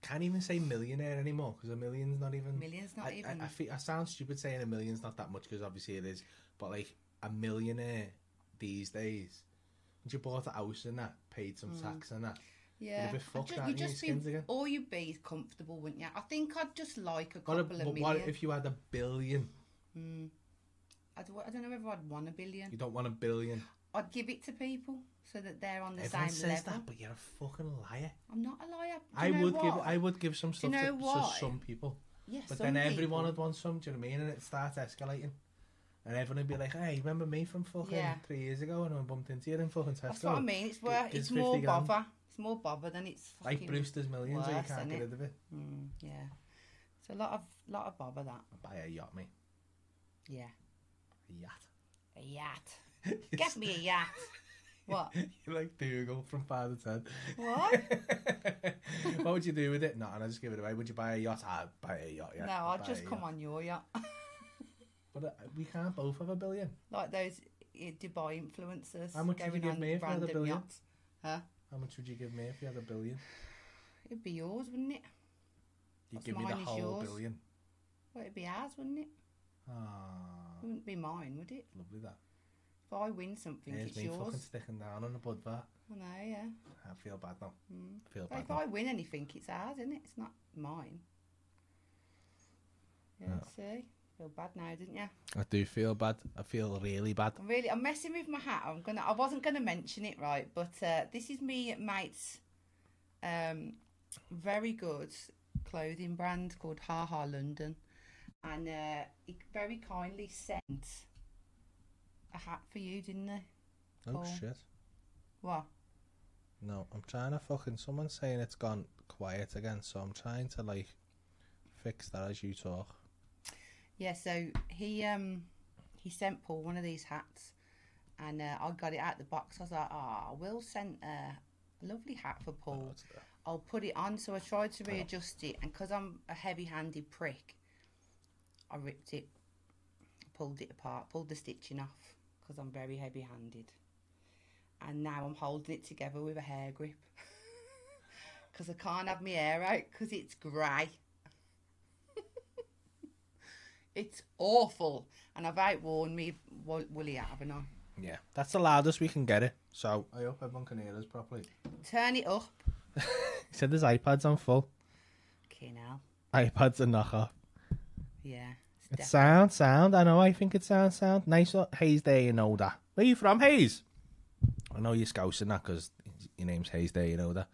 B: Can't even say millionaire anymore because a million's not even.
C: Million's not
B: I,
C: even.
B: I, I, feel, I sound stupid saying a million's not that much because obviously it is, but like a millionaire these days, once you bought a house and that, paid
C: Hmm.
B: some tax and that.
C: Yeah,
B: a bit
C: I'd
B: fucked,
C: ju-
B: aren't
C: you'd
B: you,
C: just be,
B: skins again?
C: or you'd be comfortable, wouldn't you? I think I'd just like a
B: What, a,
C: couple of
B: but
C: million.
B: what if you had a billion?
C: I, don't, I don't know whether I'd want a billion.
B: You don't want a billion.
C: I'd give it to people so that they're on the
B: Everyone
C: same
B: says
C: level.
B: that, but you're a fucking liar.
C: I'm not a liar. Do
B: I
C: you know
B: would give
C: what?
B: I would give some stuff
C: you know
B: to, to
C: why?
B: some people.
C: Yeah,
B: But
C: some
B: then everyone
C: people.
B: would want some, do you know what I mean? And it starts escalating. And everyone would be like, hey, remember me from fucking
C: Yeah.
B: three years ago when I bumped into you in fucking Tesco?
C: That's what I mean. It's
B: Gi-
C: worth.
B: gives
C: It's more
B: 50 grand.
C: bother. It's more bother than it's fucking.
B: Like Brewster's Millions, or you
C: worse,
B: can't get
C: innit?
B: rid of it.
C: Mm, yeah, it's a lot of lot of bother that.
B: Buy a yacht, mate.
C: Yeah,
B: A
C: a yacht.
B: yacht.
C: Get me a yacht. what?
B: You're like Dougal from Father Ted.
C: What?
B: what would you do with it? Not, and I just give it away. Would you buy a yacht? I'd buy a yacht, yeah.
C: no,
B: I'd
C: I'll
B: buy
C: just
B: a
C: come
B: yacht.
C: on your yacht.
B: But uh, we can't both have a billion.
C: like those uh, Dubai influencers.
B: How much would you
C: going
B: give
C: on
B: me if I had a
C: random
B: billion?
C: yachts. Huh?
B: How much would you give me if you had a billion?
C: It'd be yours, wouldn't it?
B: You'd
C: What's
B: give me the
C: mine is
B: whole
C: yours.
B: billion.
C: Well, it'd be ours, wouldn't it?
B: Ah,
C: It wouldn't be mine, would it?
B: lovely that.
C: If I win something,
B: There's
C: it's
B: me
C: yours.
B: fucking sticking down on a bud bar.
C: I know, yeah.
B: I feel bad now. I feel
C: But
B: bad
C: if
B: now.
C: I win anything, it's ours, isn't it? It's not mine. Yeah, see? Feel bad now, didn't you?
B: I do feel bad. I feel really bad.
C: I'm really, I'm messing with my hat. I'm gonna, I wasn't gonna mention it, right? But uh, this is me, at mates. Um, very good clothing brand called Ha Ha London, and uh, he very kindly sent a hat for you, didn't they?
B: Oh,
C: Cool.
B: shit.
C: What?
B: No, I'm trying to fucking. Someone's saying it's gone quiet again, so I'm trying to like fix that as you talk.
C: Yeah, so he um he sent Paul one of these hats, and uh, I got it out the box. I was like, ah, Will sent a lovely hat for Paul.
B: What's that?
C: I'll put it on. So I tried to readjust it, and because I'm a heavy-handed prick, I ripped it, pulled it apart, pulled the stitching off, because I'm very heavy-handed. And now I'm holding it together with a hair grip, because I can't have my hair out because it's grey. it's awful, and I've outworn me wo- woolly hat, haven't I?
B: Yeah, that's the loudest we can get it. So I hope everyone can hear us properly.
C: Turn it up,
B: He said there's iPads on full.
C: okay now.
B: iPads are knockoff.
C: Yeah,
B: It's
C: def-
B: sound, sound. I know. I think it sounds sound. Nice o- Hayes Day in Older. Where you from, Hayes? I know you're scousing that because your name's Hayes Day in Older.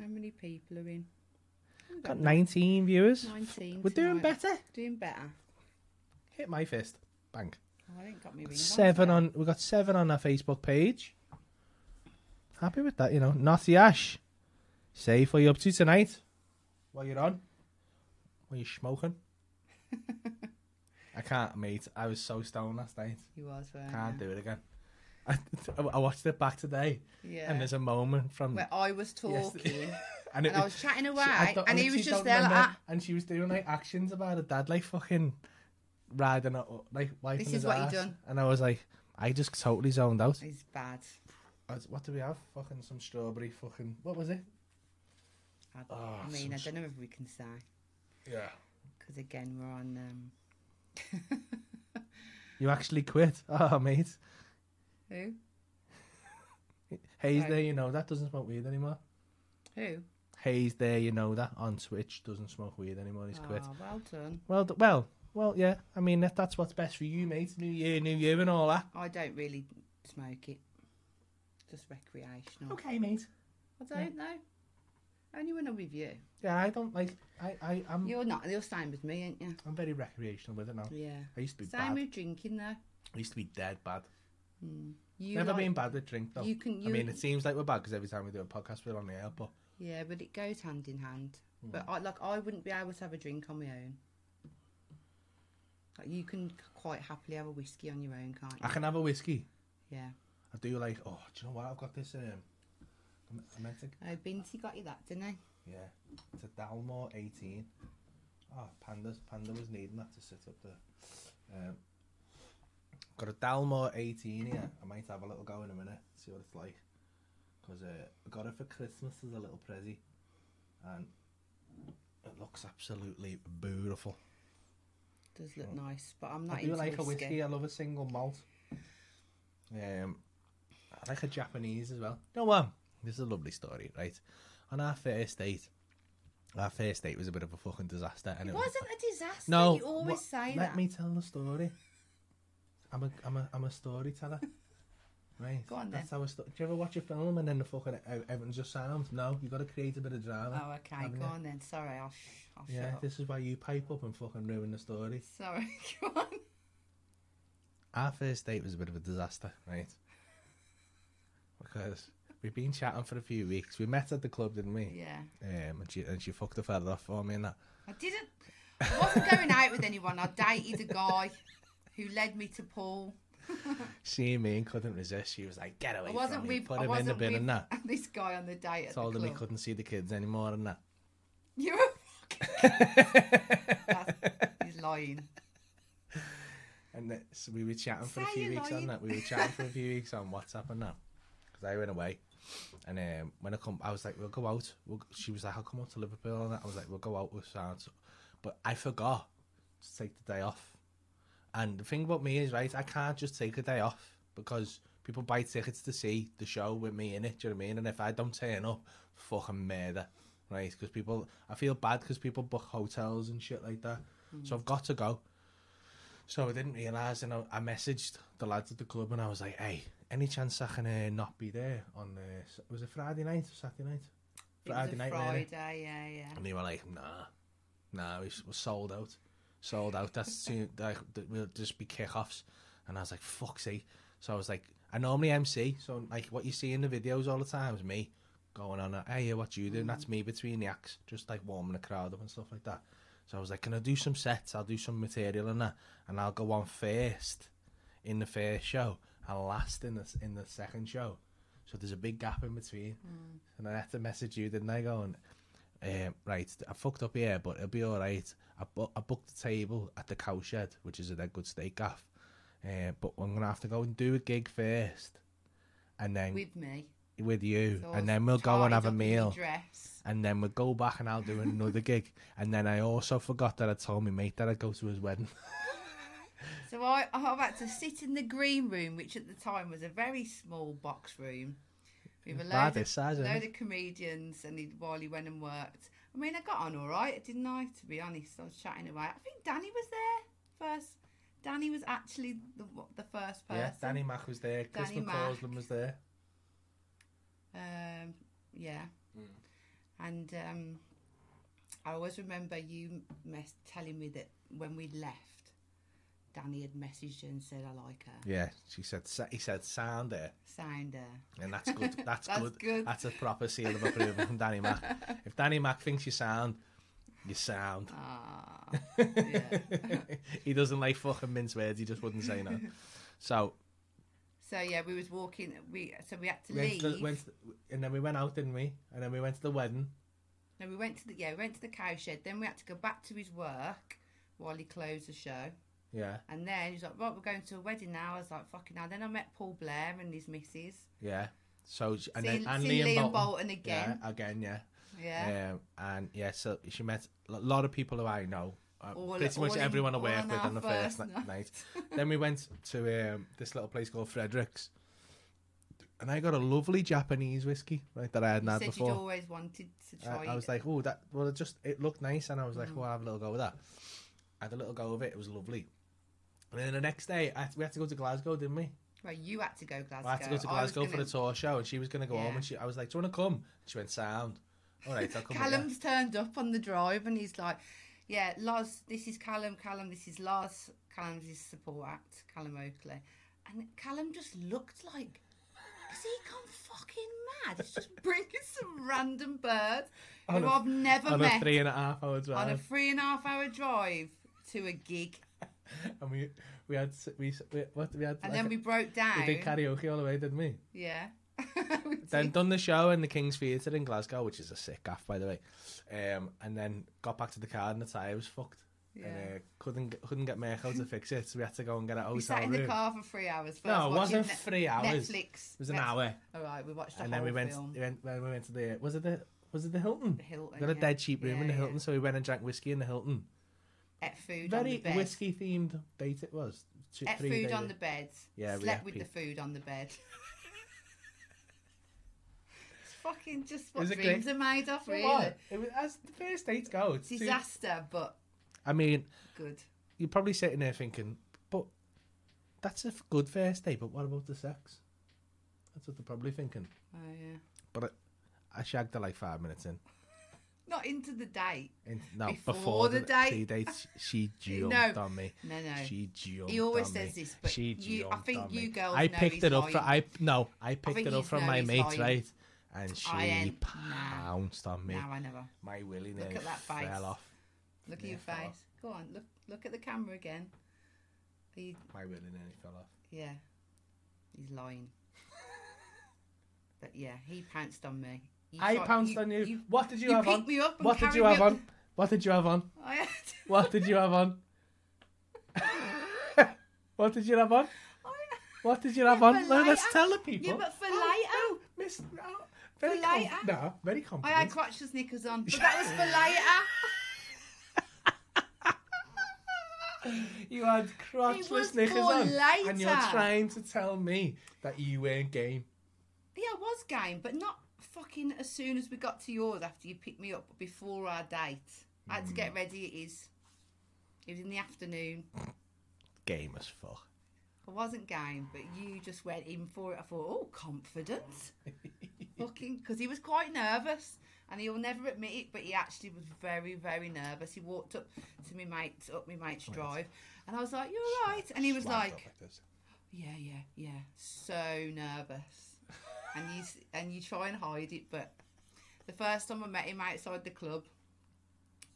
C: how many people are in?
B: Got 19 viewers.
C: 19
B: We're doing
C: tonight.
B: better.
C: Doing better.
B: Hit my fist. Bang.
C: Oh, I ain't got me ring on
B: Seven
C: today.
B: on. We got seven on our Facebook page. Happy with that, you know. Naughty Ash, say what you up to tonight. While you're on, while you're smoking. I can't, mate. I was so stoned last night.
C: You was, weren't
B: Can't
C: you?
B: do it again. I, I watched it back today,
C: Yeah.
B: and there's a moment from
C: Where I was
B: Yes.
C: talking
B: and
C: and I was chatting
B: she- I
C: away
B: don't-
C: and
B: I
C: he was
B: literally don't
C: just there like ah.
B: remember-
C: that.
B: And she was doing like actions about her dad, like fucking riding her, up, like wiping
C: This
B: his
C: is what he
B: ass.
C: done.
B: And I was like, I just totally zoned out.
C: He's bad.
B: I was- What do we have? Fucking some strawberry. Fucking what was it?
C: I,
B: Oh,
C: I mean, I
B: some-
C: don't know if we can say
B: Yeah.
C: because again, we're on. Um,
B: You actually quit. Oh, mate.
C: who?
B: Hayes
C: Right.
B: there, you know that doesn't smoke weed anymore.
C: Who?
B: Hayes there, you know that on Twitch doesn't smoke weed anymore. He's quit.
C: Oh, well done.
B: Well, d- well, well, yeah. I mean, if that's what's best for you, mate. New year, new year, and all that.
C: I don't really smoke it. Just recreational.
B: Okay, mate.
C: I don't know. Only when I'm with you.
B: Yeah, I don't like. I, I, I'm,
C: You're not. You're same with me, ain't you?
B: I'm very recreational with it now.
C: Yeah.
B: I used to be
C: Same
B: bad.
C: with drinking though.
B: I used to be dead bad.
C: Mm. You
B: Never
C: like-
B: been bad with drink though.
C: you can-
B: I
C: you-
B: mean, it seems like we're bad because every time we do a podcast, we're on the air. But
C: Yeah, but it goes hand in hand.
B: Hmm.
C: But I, like, I wouldn't be able to have a drink on my own. Like, you can c- quite happily have a whiskey on your own, can't you?
B: I can have a whiskey.
C: Yeah.
B: I do like. Oh, do you know what? I've got this. Um, I'm- I meant to.
C: Oh, Binty got you that, didn't he?
B: Yeah, it's a Dalmore 18. Oh, pandas. Panda was needing that to sit up there. Um, got a Dalmore 18 here. I might have a little go in a minute. See what it's like. Cause uh, I got it for Christmas as a little prezi, and it looks absolutely beautiful.
C: Does look nice, but I'm not
B: Hmm. I do
C: into
B: like a
C: whiskey.
B: whiskey. I love a single malt. Um, I like a Japanese as well. No one. This is a lovely story, right? On our first date, our first date was a bit of a fucking disaster, and
C: It
B: it, was
C: wasn't a disaster.
B: no.
C: you always
B: what-
C: say
B: let
C: that.
B: me tell the story. I'm a I'm a I'm a storyteller. Right.
C: Go on
B: That's how I sto- Do you ever watch a film and then the fucking ev- everyone just sounds? No, you got to create a bit of drama.
C: Oh, okay.
B: haven't
C: Go
B: you?
C: on then. Sorry, I'll, sh- I'll
B: Yeah,
C: shut up.
B: this is why you pipe up and fucking ruin the story.
C: Sorry, go on.
B: our first date was a bit of a disaster, right? Because we'd been chatting for a few weeks. We met at the club, didn't we?
C: Yeah.
B: Um, and she and she fucked the fella off for me and that.
C: I didn't. I wasn't going out with anyone. I dated a guy who led me to Paul.
B: Seeing me and couldn't resist, she was like, "Get away
C: I wasn't
B: from me!"
C: with.
B: Put
C: I
B: him
C: wasn't
B: in the bin
C: with
B: and that.
C: This guy on the date at
B: Told
C: the
B: him he
C: club.
B: couldn't see the kids anymore and that.
C: You're a fucking. That's- He's lying.
B: And that, so we were chatting for a
C: Say
B: few
C: you're
B: weeks
C: lying.
B: on that. We were chatting for a few weeks on WhatsApp and that. Because I went away. And um, when I come, I was like, we'll go out. We'll, g-" she was like, I'll come out to Liverpool. And that. I was like, we'll go out with sounds. But I forgot to take the day off. And the thing about me is, right, I can't just take a day off because people buy tickets to see the show with me in it. Do you know what I mean? And if I don't turn up, fucking murder, right? Because
C: Mm.
B: people, I feel bad because people book hotels and shit like that. So I've got to go. So I didn't realise, and I, I messaged the lads at the club, and I was like, "Hey, any chance I can uh, not be there on uh, s- was it Friday night or Saturday night?
C: it was a
B: really.
C: Friday, yeah, yeah.
B: And they were like, "Nah, nah, we, s- we're sold out, sold out. That's too, like th- we'll just be kickoffs." And I was like, "Fuck's sake!" So I was like, "I normally MC, so like what you see in the videos all the time is me going on. a, Hey, what you doing? That's me between the acts, just like warming the crowd up and stuff like that." So I was like, "Can I do some sets? I'll do some material and that, and I'll go on first in the first show and last in the s- in the second show." So there's a big gap in between.
C: Mm.
B: And I had to message you, didn't I? Going, um, right, I fucked up here, but it'll be all right. I, bu- I booked a table at the Cowshed, which is a dead good steak gaff. Um, but I'm gonna have to go and do a gig first, and then with,
C: With me.
B: you,
C: So I was
B: and then we'll go and
C: tied
B: have a
C: up in my
B: meal,
C: Dress.
B: and then we'll go back and I'll do another gig. And then I also forgot that I told my mate that I'd go to his wedding.
C: So I, I had to sit in the green room, which at the time was a very small box room. With a
B: Bad
C: load,
B: this
C: of,
B: size, isn't
C: load
B: it?
C: of comedians, and he, while he went and worked. I mean, I got on all right, didn't I? To be honest, I was chatting away. I think Danny was there first. Danny was actually the, the first person.
B: Yeah, Danny Mack was there. Chris
C: Danny Mac.
B: McCausland was there.
C: Um, yeah.
B: Hmm.
C: And um, I always remember you mess- telling me that when we left, Danny had messaged you and said, "I like her,
B: Yeah, she said. sa- He said, "Sound there."
C: sound her."
B: And that's good. That's,
C: That's
B: good.
C: good.
B: That's a proper seal of approval from Danny Mac. If Danny Mac thinks you sound, you sound.
C: Ah, yeah.
B: he doesn't like fucking mince words. He just wouldn't say no. So
C: So yeah, we was walking. We so we had to
B: we went
C: leave.
B: to, the- went to the- and then we went out, didn't we? And then we went to the wedding.
C: No, we went to the yeah, we went to the cow shed. Then we had to go back to his work while he closed the show.
B: Yeah,
C: And then he was like, "Right, we're going to a wedding now." I was like, "Fucking now." Then I met Paul Blair and his missus.
B: yeah. So she- and
C: Seen-
B: then and
C: seen
B: Liam,
C: Liam
B: Bolton.
C: Bolton again.
B: Yeah, again, yeah.
C: Yeah.
B: Um, and yeah, so she met a lot of people who I know. Uh,
C: All-
B: pretty
C: all
B: much
C: in-
B: everyone I
C: all
B: work
C: on
B: with
C: our
B: on the first,
C: first
B: ni- night. then we went to um, this little place called Fredericks. And I got a lovely Japanese whiskey right, that I hadn't
C: You
B: had
C: said
B: before.
C: you'd always wanted to try.
B: I, I was
C: it. Mm.
B: like, oh, that well, it just it looked nice, and I was like, well, I'll have a little go with that. I had a little go of it. It was lovely. And then the next day, I had- we had to go to Glasgow, didn't we?
C: well, you had to go Glasgow.
B: I had to go to
C: was
B: Glasgow for
C: gonna-
B: the tour show, and she was going to go home.
C: Yeah.
B: And she, I was like, do you want to come? She went, sound. All right, I'll come. with ya."
C: Callum's turned up on the drive and he's like, Yeah, Lars, this is Callum, Callum, this is Lars, Callum's his support act, Callum Oakley. And Callum just looked like, Has he gone fucking mad? He's just bringing some random bird
B: On
C: who
B: a-
C: i I've never
B: on
C: met
B: a three and a half hour
C: on a
B: drive,
C: three and a half hour drive to a gig.
B: and we we had s- we s- we, what, we had like
C: And then
B: a-
C: we broke down.
B: we did karaoke all the way, didn't we?
C: yeah.
B: Then done the show in the King's Theatre in Glasgow, which is a sick gaff, by the way. Um, and then got back to the car and the tyre was fucked. And,
C: Yeah.
B: uh, couldn't get, couldn't get Merkel to fix it, so we had to go and get a hotel
C: we sat in
B: room.
C: the car for three hours. First,
B: No, it
C: watching
B: wasn't
C: Net-
B: three hours.
C: Netflix.
B: It was an
C: Netflix.
B: hour,
C: All right, we watched the
B: and
C: whole
B: then we went,
C: film.
B: we went. Then we went to the was it the was it the Hilton?
C: The Hilton,
B: We had a
C: yeah.
B: dead cheap room in
C: Yeah,
B: the
C: yeah.
B: Hilton, so we went and drank whiskey in the Hilton.
C: Ate food on the
B: Very
C: bed.
B: whiskey themed date it was. Two,
C: Ate
B: three
C: food
B: days.
C: on the bed.
B: Yeah, we
C: Slept
B: ate
C: with
B: pea-
C: the food on the bed. it's fucking just what
B: was a
C: dreams
B: great-
C: are made of,
B: It
C: really.
B: was. It was as the first dates go. It's too-
C: Disaster, but
B: I mean,
C: good.
B: you're probably sitting there thinking, but that's a f- good first day, but what about the sex? That's what they're probably thinking.
C: Oh yeah.
B: But I, I shagged her like five minutes in.
C: Not into the date.
B: in no, before,
C: Before
B: the,
C: the
B: date,
C: date.
B: she
C: No.
B: jumped on me.
C: No, no.
B: She jumped.
C: He always
B: on
C: says
B: me.
C: this, but
B: she
C: you- I
B: jumped
C: think
B: on
C: you
B: me.
C: girls
B: I
C: know
B: picked
C: he's
B: it up. From, I
C: lying.
B: no, I picked
C: think
B: it up
C: you
B: from
C: know
B: my
C: he's
B: mates,
C: lying.
B: right? And she
C: ain't- nah.
B: pounced on me.
C: Now I never.
B: My willy
C: Look
B: nearly
C: at that face.
B: fell off.
C: Look at
B: Yeah,
C: your
B: fell
C: face.
B: off.
C: Go on. Look. Look at the camera again. He,
B: My willy nearly fell off.
C: yeah. He's lying. but yeah, he pounced on me. You
B: I
C: tried-
B: pounced on you. What did you,
C: you
B: have
C: picked
B: on?
C: me up and
B: what did
C: carried
B: you
C: me
B: have
C: up
B: on? What did you have on?
C: I had.
B: What did you have on? what did you have on? What did you have
C: Yeah,
B: on?
C: but
B: Let
C: like,
B: us
C: I-
B: tell the people.
C: Yeah, but for
B: Oh,
C: later.
B: no, miss, no, very
C: For
B: com-
C: later.
B: no, very
C: I
B: confident.
C: had crotchless knickers on, but that was for later.
B: you had
C: It
B: crotchless
C: was
B: knickers
C: for
B: on, and you're
C: later.
B: trying to tell me that you weren't game.
C: yeah, I was game, but not fucking as soon as we got to yours after you picked me up before
B: Hmm.
C: our date. I had to get ready, it is. It was in the afternoon.
B: game as fuck.
C: I wasn't game, but you just went in for it. I thought, oh, confidence. Fucking, because he was quite nervous and he'll never admit it, but he actually was very, very nervous. He walked up to me mate's, up my mate's drive, and I was like, you're right. And he was
B: Slagged
C: like,
B: off this.
C: yeah, yeah, yeah. So nervous. and you s- and you try and hide it, but the first time I met him outside the club,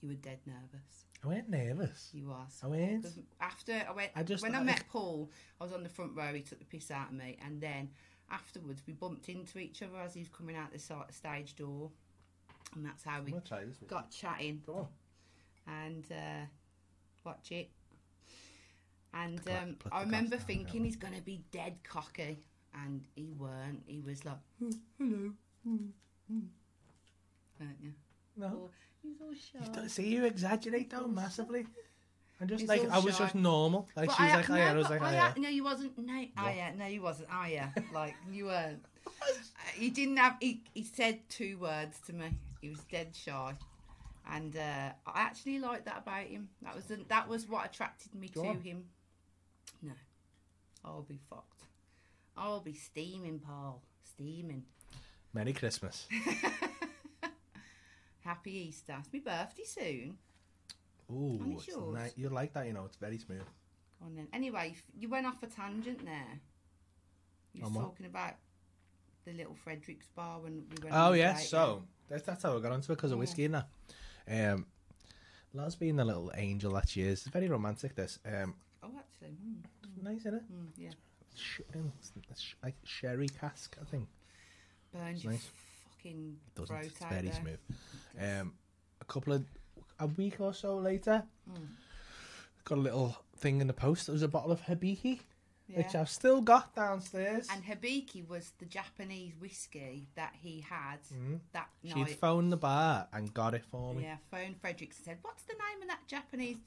C: you were dead nervous.
B: I weren't nervous.
C: You was.
B: I weren't.
C: 'Cause after I went,
B: I just-
C: when I,
B: I-
C: met Paul, I was on the front row. He took the piss out of me, and then afterwards we bumped into each other as he was coming out the si- stage door, and that's how
B: I'm
C: we
B: gonna try this with
C: got chatting
B: you. Go on.
C: and uh, watch it. And
B: Pla-
C: um,
B: put
C: I
B: the
C: remember
B: glass down,
C: thinking
B: yeah.
C: he's gonna be dead cocky, and he weren't. He was like, "Oh, "Hello." mm, mm." Weren't you?
B: No.
C: Or, he's all
B: You
C: shy.
B: don't, see, you exaggerate though massively. I'm just
C: He's
B: like,
C: all
B: I was
C: shy.
B: just normal. Like, she was like, oh yeah, I was like, oh yeah.
C: no, you wasn't. No, oh yeah, no, you wasn't. Oh yeah, like you weren't. Uh, He didn't have. He, he said two words to me. He was dead shy, and uh, I actually liked that about him. That was the, that was what attracted me
B: Go
C: to
B: on.
C: him. No, I'll be fucked. I'll be steaming, Paul. Steaming.
B: Merry Christmas.
C: Happy Easter. It's my birthday soon.
B: Ooh,
C: And it's
B: it's
C: yours.
B: ni- you like that, you know, it's very smooth.
C: Go on then. Anyway, f- you went off a tangent there. You
B: On
C: were
B: what?
C: talking about the little Fredericks bar when we went. on
B: Oh
C: the
B: yeah,
C: date,
B: so that's that's how I got onto it because of whiskey in that. Um, Lars being the little angel that she is, it's very romantic. This um,
C: Oh, actually, mm,
B: nice, isn't it?
C: mm, yeah.
B: Sh- um, it's sh- like sherry cask, I think.
C: Burns
B: It's
C: your
B: nice.
C: fucking
B: It doesn't.
C: throat
B: It's
C: out
B: very
C: there.
B: smooth. Um, a couple of a week or so later,
C: Hmm.
B: got a little thing in the post. It was a bottle of Hibiki, which
C: Yeah.
B: I've still got downstairs.
C: And Hibiki was the Japanese whiskey that he had that
B: Mm-hmm. She'd
C: night.
B: phoned the bar and got it for me.
C: yeah, phoned Fredericks and said, "What's the name of that Japanese?"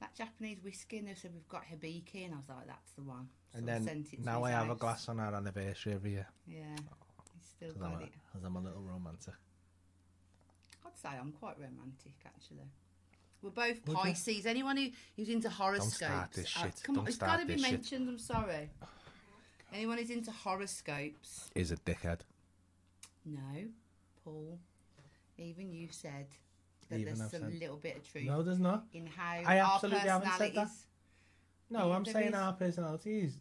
C: That Japanese whiskey, and they said we've got Hibiki, and I was like, "That's the one." So
B: and
C: I
B: then
C: sent it to
B: now
C: his
B: I have a
C: house.
B: glass on our anniversary every year
C: Yeah, he's still
B: because I'm,
C: got
B: a-
C: it.
B: 'cause I'm a little romantic.
C: I'd say I'm quite romantic, actually. We're both
B: Would you?
C: Pisces. Anyone who, who's into horoscopes,
B: this
C: uh,
B: shit.
C: come on,
B: Don't
C: it's got to
B: start
C: be
B: this shit.
C: mentioned. I'm sorry. Anyone who's into horoscopes,
B: Is a dickhead.
C: no, Paul. Even you said that
B: Even
C: there's
B: I've
C: some
B: said-
C: little bit of truth
B: No, there's not.
C: in how
B: I
C: our
B: absolutely haven't
C: personalities.
B: said that. No,
C: Yeah,
B: I'm
C: there
B: saying
C: is.
B: our personalities.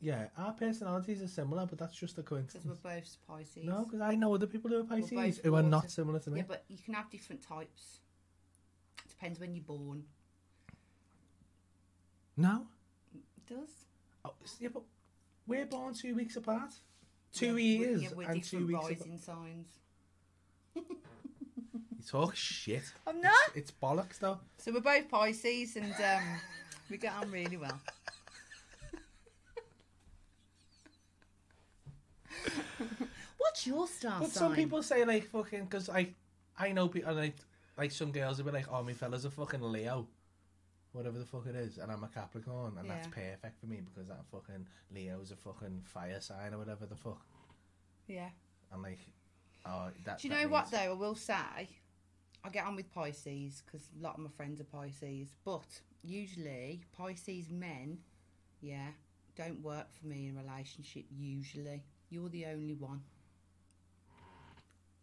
B: Yeah, our personalities are similar, but that's just a
C: Because we're
B: coincidence.
C: both Pisces.
B: No, because I know other people who are
C: both
B: Pisces who are not
C: water.
B: similar to me.
C: yeah, but you can have different types. Depends when you're born.
B: No.
C: It does.
B: Oh, s- yeah, but we're born two weeks apart.
C: Yeah,
B: Two
C: we're-
B: years
C: yeah, we're
B: and two
C: different
B: weeks. apart.
C: rising signs.
B: You talk shit.
C: I'm
B: It's-
C: not.
B: It's, bollocks though.
C: So we're both Pisces and um, we get on really well. What's your star
B: But some people say like fucking because I, I know people like like some girls will be like, oh my fella's a fucking Leo, whatever the fuck it is, and I'm a Capricorn, and that's
C: Yeah.
B: perfect for me because that fucking Leo's a fucking fire sign or whatever the fuck.
C: Yeah.
B: I'm like, oh, that.
C: Do you
B: that
C: know what
B: means-
C: though? I will say, I get on with Pisces because a lot of my friends are Pisces. But usually Pisces men, yeah, don't work for me in a relationship. Usually, you're the only one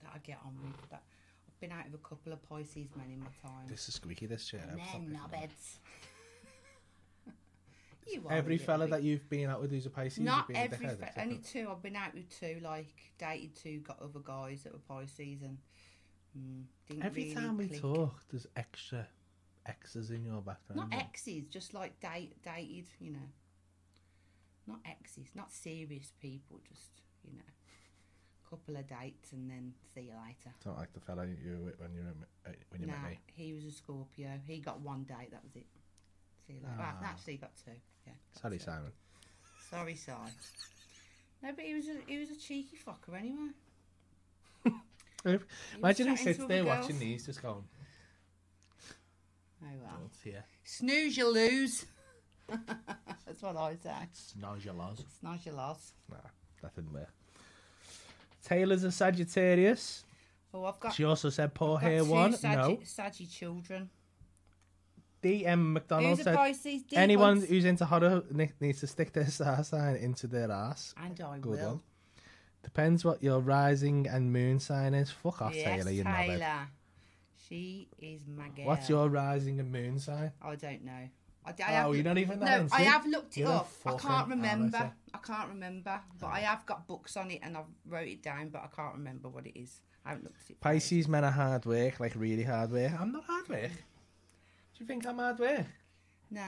C: that I get on with. That I've been out with a couple of Pisces men in my time.
B: This is squeaky. This chair.
C: And
B: I'm stop
C: then
B: picking on it.
C: knobheads. you are
B: Every
C: a little
B: fella
C: bit-
B: that you've been out with who's a Pisces,
C: Not
B: you've been
C: every.
B: a dickhead.
C: Fe-
B: that's
C: only
B: different.
C: two. I've been out with two, like dated two, got other guys that were Pisces, and mm, didn't
B: Every
C: really
B: time we
C: click.
B: talk, there's extra X's in your background.
C: Not e- exes, just like date dated. You know. Not exes, not serious people. Just you know, couple of dates and then see you later.
B: Don't like the fella you were with when you were- when you
C: No,
B: met me.
C: he was a Scorpio. He got one date. That was it. See you later. Well,
B: Ah.
C: actually, he got two. Yeah. got
B: Sorry,
C: two.
B: Simon.
C: Sorry, Si. No, but he was a, he was a cheeky fucker anyway.
B: Imagine he
C: chatting to
B: sits
C: other
B: there
C: girls.
B: watching these, just going,
C: Oh well.
B: "Don't here,
C: Snooze, you lose. That's what I say.
B: snarls your laws."
C: Snooze, you loss.
B: Nah, that didn't work. Taylor's a Sagittarius.
C: Oh, I've got,
B: She also said, "Poor
C: I've got
B: hair
C: two
B: one."
C: Saggy,
B: No,
C: Saggy children.
B: DM McDonald
C: Who's
B: said,
C: advice these deep
B: anyone
C: ones?
B: who's into horror ne- needs to stick their star sign into their ass.
C: And I
B: Good
C: will.
B: one. Depends what your rising and moon sign is. Fuck off,
C: Yes,
B: Taylor, you knobhead.
C: Taylor. She is my girl.
B: What's your rising and moon sign?
C: I don't know. I, d- I have
B: Oh, you
C: looked-
B: don't even know.
C: No, I
B: see?
C: have looked it
B: You're a
C: up. I
B: fucking
C: can't remember.
B: amateur. Oh.
C: I can't remember. But I have got books on it and I've wrote it down, but I can't remember what it is. I haven't looked at it. down.
B: Pisces men are hard work, like really hard work. I'm not hard work. Do you think I'm hard work?
C: Nah.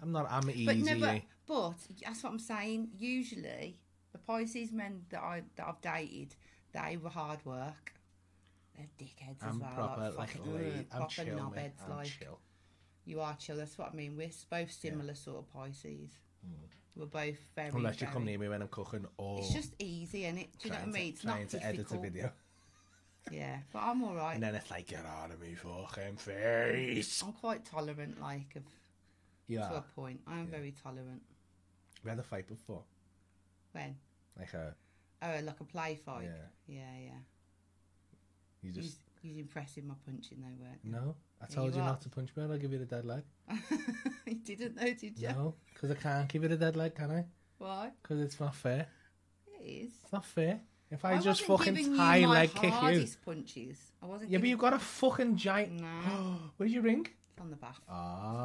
B: I'm not. I'm easy.
C: But no, but, but that's what I'm saying. Usually, the Pisces men that I that I've dated, they were hard work. They're dickheads
B: I'm
C: as well.
B: proper like,
C: fucking,
B: laid-
C: ugh,
B: I'm
C: proper
B: chill. mate.
C: knobheads,
B: I'm
C: like
B: chill.
C: you are chill. That's what I mean. We're both similar sort of Pisces. We're both very.
B: Hmm. Unless you
C: very-
B: come near me when I'm cooking or
C: It's just easy, is it? Do you know what I
B: trying to-
C: mean? It's
B: trying
C: not
B: to edit a
C: difficult.
B: video.
C: Yeah, but I'm all right.
B: And then it's like, get out of me fucking face.
C: I'm quite tolerant, like of,
B: You
C: to a
B: are.
C: point. I'm very tolerant.
B: We had a fight before.
C: When
B: Like, uh,
C: oh, like a play fight.
B: Yeah.
C: yeah. yeah.
B: you
C: He's
B: just,
C: he's impressive my punching though, weren't
B: no. I
C: Yeah,
B: told
C: you
B: you
C: are.
B: not to punch me and I'll give you the dead leg.
C: you didn't know, did you?
B: No, because I can't give you the dead leg, can I?
C: Why?
B: Because it's not fair.
C: It is.
B: It's not fair. If I,
C: I
B: just
C: wasn't
B: fucking
C: giving you
B: high
C: my
B: leg kick you.
C: hardest punches. I wasn't.
B: Yeah, but
C: giving-
B: you've got Oh, a fucking giant.
C: No.
B: Where's your ring?
C: It's on the bath.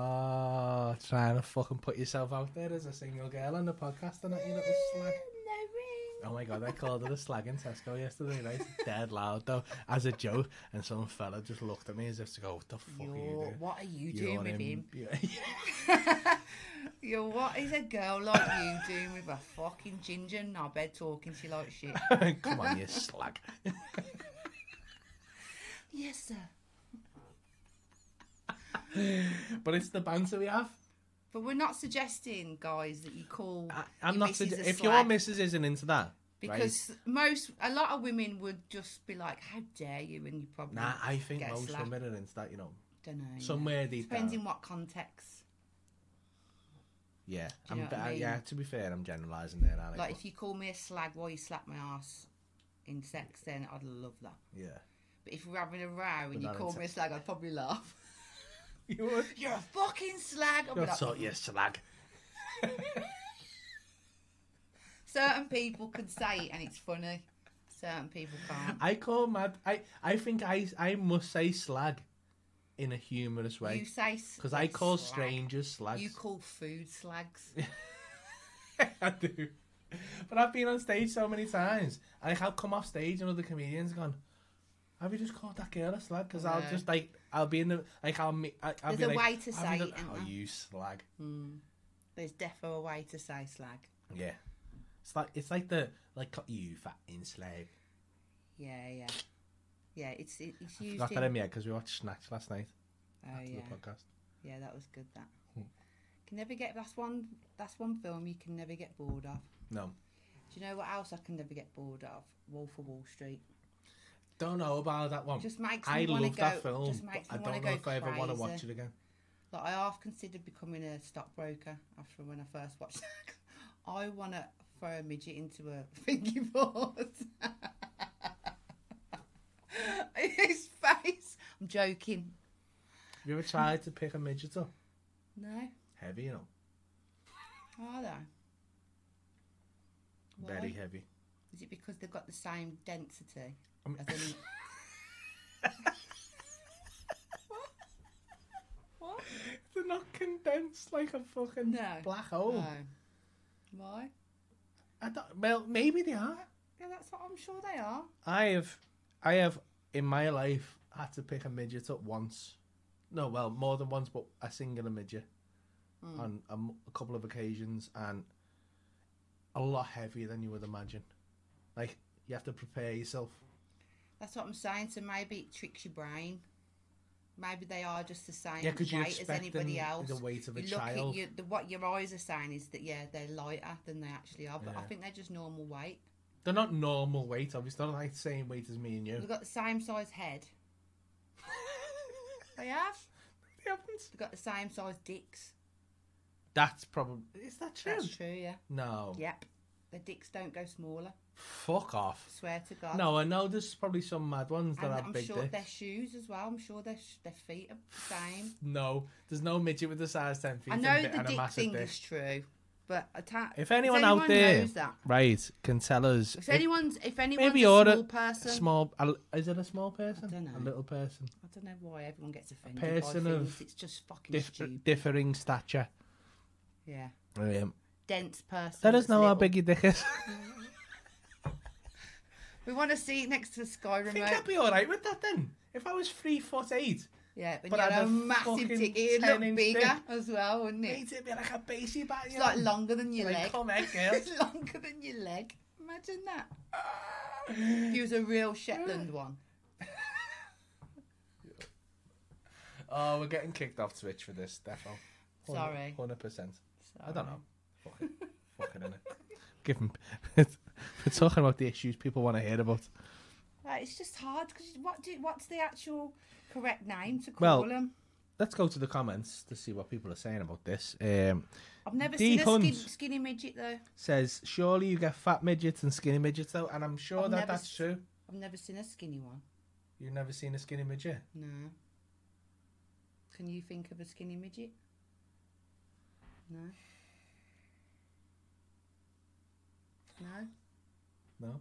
B: Ah, trying to fucking put yourself out there as a single girl on the podcast and that you little slag.
C: No
B: Oh my god, I called it a slag in Tesco yesterday night, dead loud though, as a joke. And some fella just looked at me as if to go, "What the fuck
C: ring.
B: are you
C: You're,
B: doing?
C: what are you
B: You're
C: doing with him?
B: in- Yeah.
C: You're what is a girl like you doing with a fucking ginger knobhead talking to you like shit?
B: Come on, you slag.
C: yes, sir.
B: But it's the banter we have.
C: But we're not suggesting, guys, that you call.
B: I, I'm
C: your
B: not.
C: missus
B: Sug-
C: a
B: if your
C: slag,
B: missus isn't into that,
C: because most a lot of women would just be like, "How dare you?" And you probably
B: right? nah, I think
C: get
B: most
C: slapped.
B: women are into that. You know,
C: Don't know.
B: somewhere deep
C: Depends
B: down.
C: in what context.
B: Yeah,
C: you
B: I'm,
C: know what I
B: I-
C: mean?
B: yeah. To be fair, I'm generalising there, Alec.
C: Like
B: but-
C: if you call me a slag while you slap my ass in sex, then I'd love that.
B: yeah,
C: But if we're having a row and you
B: not in
C: call me a
B: sex.
C: slag, I'd probably laugh.
B: you would.
C: You're a fucking slag. I'd be
B: You're
C: like,
B: sort you slag.
C: certain people can say it and it's funny. Certain people can't.
B: I call mad. I I think I I must say slag, in a humorous
C: You
B: way,
C: say
B: because I call
C: slag.
B: strangers slags.
C: You call food slags.
B: I do. But I've been on stage so many times. I like, I'll come off stage and other comedians gone. Have you just called that girl a slag? Because I'll
C: No.
B: just like I'll be in the like I'll me I- I'll
C: There's
B: be
C: a
B: like,
C: way to
B: "Have
C: say
B: you
C: it,
B: done-
C: ain't
B: Oh,
C: there?"
B: you slag.
C: There's defo a way to say slag.
B: Yeah, it's like it's like the like you fat in slave.
C: Yeah, yeah, yeah. It's it, it's used.
B: Got that
C: in-
B: in my head because we watched Snatch last night
C: oh
B: after
C: yeah.
B: the podcast.
C: Yeah, that was good. That
B: Hmm.
C: can never get. That's one. That's one film you can never get bored of.
B: No,
C: Do you know what else I can never get bored of? Wolf of Wall Street.
B: don't know about that one.
C: Just makes me
B: I
C: wanna
B: love that
C: go-
B: film.
C: just
B: but
C: makes
B: I
C: me wanna
B: don't know
C: go
B: if I ever want to
C: crazy.
B: watch it again.
C: Like I half considered becoming a stockbroker after when I first watched that. I want to throw a midget into a thingy board. His face. I'm joking.
B: Have you ever tried to pick a midget up?
C: No,
B: Heavy, you know,
C: are they? Why?
B: very heavy.
C: Is it because they've got the same density?
B: Um,
C: As in... what? What?
B: They're not condensed like a fucking
C: No.
B: black hole.
C: No. Why?
B: I don't, well, maybe they are.
C: Yeah, that's what I'm sure they are.
B: I have, I have in my life had to pick a midget up once. No, well, more than once, but a singular midget
C: Hmm.
B: on a, m- a couple of occasions, and a lot heavier than you would imagine. Like you have to prepare yourself.
C: That's what I'm saying. So maybe it tricks your brain. Maybe they are just the same
B: Yeah, 'cause
C: weight
B: you're
C: as anybody
B: expecting
C: else.
B: the weight of a
C: you look
B: child.
C: At you, the, what your eyes are saying is that yeah, they're lighter than they actually are. But I
B: Yeah.
C: think they're just normal weight.
B: They're not normal weight, obviously. They're not like the same weight as me and you.
C: They've got the same size head. They have.
B: They haven't.
C: They've got the same size dicks.
B: That's probably. Is that true?
C: That's true. Yeah.
B: No.
C: Yep. Their dicks don't go smaller.
B: Fuck off.
C: Swear to God.
B: No, I know there's probably some mad ones that
C: And
B: have
C: I'm
B: big
C: sure their
B: dicks.
C: shoes as well. I'm sure their sh- their feet are the same.
B: No, there's no midget with a size 10 feet
C: I
B: and,
C: know
B: bi-
C: the
B: and a
C: dick
B: massive
C: thing
B: dick.
C: is true, but I can't,
B: If anyone, out there,
C: knows that,
B: right, can tell us.
C: if
B: if-
C: anyone's if anyone's
B: maybe
C: a small
B: order
C: person,
B: small. a l- is it a small person?
C: dunno.
B: A little person.
C: I don't know why everyone gets offended.
B: person
C: by
B: of
C: things. it's just fucking
B: Differ,
C: stupid.
B: differing stature.
C: Yeah,
B: Um,
C: dense person.
B: let us
C: that's
B: know how
C: little.
B: big your dick is.
C: We want to see it next to the sky
B: I think I'd
C: remote.
B: be all right with that then. If I was three foot eight,
C: Yeah, but,
B: but
C: you
B: I'd
C: had a
B: have
C: massive
B: fucking
C: dick. It'd
B: 10
C: look
B: inch
C: bigger
B: dick.
C: as well, wouldn't it?
B: it'd be like a bassy bat.
C: It's like longer than your leg.
B: come here, girl.
C: it's longer than your leg. Imagine that. If he was a real Shetland one.
B: oh, we're getting kicked off Twitch for this, defo.
C: Sorry.
B: hundred percent.
C: Sorry.
B: I don't know. Fuck it. Fuck it, innit? Give them. we're talking about the issues people want to hear about.
C: Like, it's just hard because what do what's the actual correct name to call
B: Well-
C: them?
B: Let's go to the comments to see what people are saying about this. Um,
C: I've never
B: Dee
C: seen a skin,
B: Hunt.
C: skinny midget though.
B: says, surely you get fat midgets and skinny midgets though, and I'm sure
C: I've
B: that
C: never
B: that's
C: s-
B: true.
C: I've never seen a skinny one.
B: You've never seen a skinny midget.
C: No. Can you think of a skinny midget? No. No.
B: No.
C: No.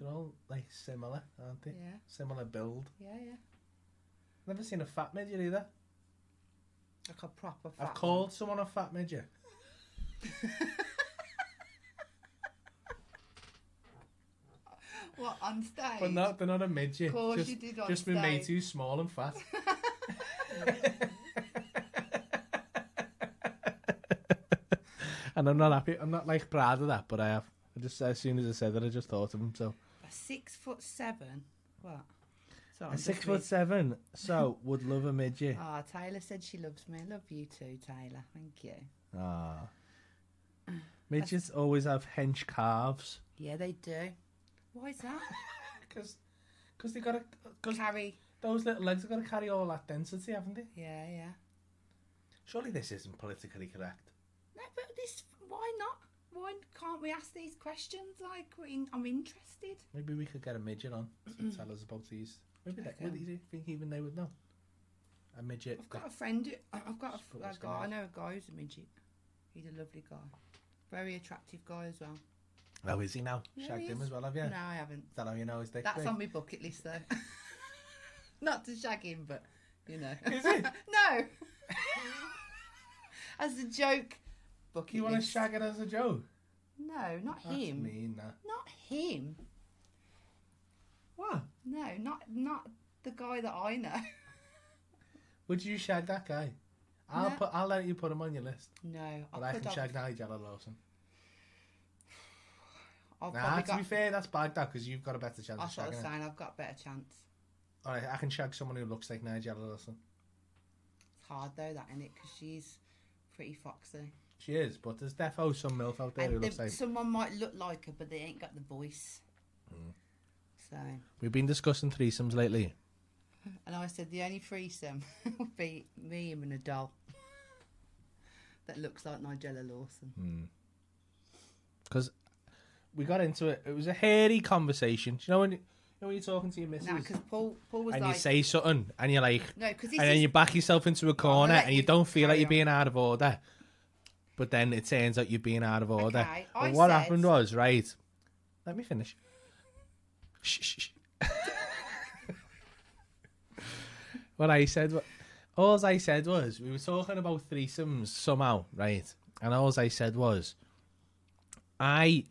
B: They're all like similar, aren't they?
C: Yeah.
B: Similar build.
C: Yeah, yeah.
B: Never seen a fat midget either.
C: Like a proper. Fat
B: I've called someone a fat midget.
C: One. What on stage?
B: But no, they're not a midget.
C: Of course
B: just,
C: you did on
B: Just my mate
C: stage.
B: who's small and fat. and I'm not happy. I'm not like proud of that, but I have. I just as soon as I said that, I just thought of him. So
C: A six foot seven. What? Sorry,
B: I'm
C: I'm
B: six
C: just
B: foot
C: reading.
B: seven, so would love a midget.
C: Ah, Taylor said she loves me. Love you too, Taylor. Thank you.
B: Ah. Midgets always have hench calves.
C: Yeah, they do. Why is that?
B: Because they got because
C: Carry.
B: those little legs have got to carry all that density, haven't they?
C: Yeah, yeah.
B: Surely this isn't politically correct.
C: No, but this. Why not? Why can't we ask these questions? Like, we're in, I'm interested.
B: Maybe we could get a midget on to tell us about these. Maybe that,
C: Okay.
B: would you think even they would know? A midget.
C: I've got a friend. who- I- I've got a,
B: Just put
C: fr- a
B: this
C: guy.
B: down.
C: I know a guy who's a midget. He's a lovely guy. Very attractive guy as well.
B: oh, is he now?
C: Yeah,
B: Shagged
C: he
B: him
C: is.
B: as well, have you?
C: No, I haven't.
B: That's how you know his dick
C: That's
B: big.
C: on my bucket list, though. Not to shag him, but you know.
B: Is it?
C: no. As a joke, bucket
B: You want to
C: list.
B: shag it as a joke?
C: No, not
B: That's
C: him.
B: mean, that.
C: Not him.
B: What?
C: No, not not the guy that I know.
B: Would you shag that guy? I'll
C: No.
B: put. I'll let you put him on your list.
C: No,
B: But I
C: could
B: can
C: have-
B: shag Nigel Lawson.
C: I've
B: Nah,
C: probably
B: to be
C: got.
B: fair, that's bad that because you've got a better chance
C: I
B: of
C: sort of
B: shagging him.
C: saying I've got a better chance.
B: All right, I can shag someone who looks like Nigel Lawson.
C: It's hard though, that in it, because she's pretty foxy.
B: She is, but there's defo some milf out there who
C: and
B: looks
C: the,
B: like.
C: someone might look like her, but they ain't got the voice.
B: Mm.
C: So,
B: We've been discussing threesomes lately.
C: and I said the only threesome would be me him, and a doll that looks like Nigella Lawson.
B: because we got into it. It was a hairy conversation. Do you know when you, you know when you're talking to your missus
C: Nah, because Paul, Paul was
B: and
C: like,
B: you say something and you're like,
C: no, because this
B: and then
C: is Oh,
B: you back yourself into a corner
C: let
B: and you
C: you
B: don't feel like
C: carry
B: you're
C: on.
B: being out of order. But then it turns out you're being out of order.
C: Okay, I
B: And what
C: said-
B: happened was right. Let me finish. Shh, shh, shh. what I said, wa- all I said was we were talking about threesomes somehow, right? And all I said was, I.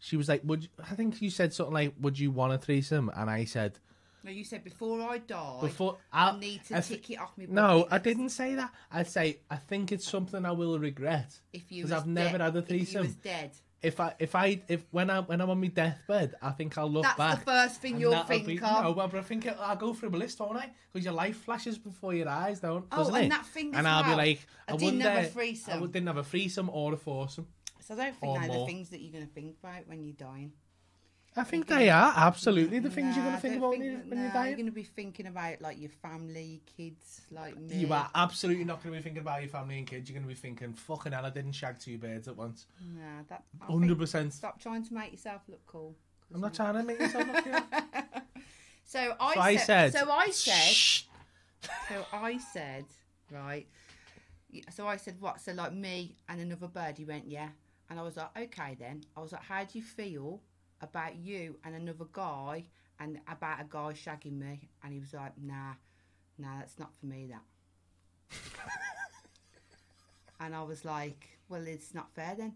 B: She was like, "Would you, I think you said something like, would you want a threesome?" And I said,
C: no, you said before I die,
B: "Before
C: I,
B: I'll,
C: need to
B: I th-
C: tick it off me.
B: no,
C: bucket
B: I
C: list.
B: didn't say that. I say I think it's something I will regret
C: If you
B: because
C: was
B: I've never
C: dead-
B: had a
C: If you
B: threesome.
C: was
B: If,
C: dead,
B: I if I if when I when I'm on my deathbed, I think I'll look
C: that's
B: back.
C: the first thing
B: and
C: you'll
B: that'll
C: think
B: be-
C: of.
B: No, but I think it, I'll go through a list, won't I? Because your life flashes before your eyes, don't?
C: Oh,
B: doesn't
C: and
B: it?
C: that thing as
B: And I'll
C: well.
B: be like,
C: I
B: I,
C: didn't
B: wouldn't
C: have a
B: dare- I
C: threesome.
B: would- didn't have a threesome or a foursome.
C: So I don't
B: Or
C: think they're the
B: more.
C: things that you're going to think about when you're dying.
B: I think they are absolutely the things you're going
C: Nah,
B: to
C: I
B: think
C: don't
B: about when you-
C: that-
B: when you're
C: nah,
B: dying.
C: You're going to be thinking about like your family, kids, like me.
B: You are absolutely not going to be thinking about your family and kids. You're going to be thinking, fucking hell, I didn't shag two birds at once.
C: Nah, that. I think-
B: 100%.
C: Stop trying to make yourself look cool. 'cause
B: I'm not
C: you're
B: trying to make yourself look here.
C: So I,
B: So I
C: said,
B: said,
C: So I said.
B: Shh.
C: So I said, right. y- So I said, what? So like me and another bird. He went, yeah. And I was like, okay then. I was like, how do you feel about you and another guy and about a guy shagging me? And he was like, nah, nah, that's not for me. That. and I was like, well, it's not fair then.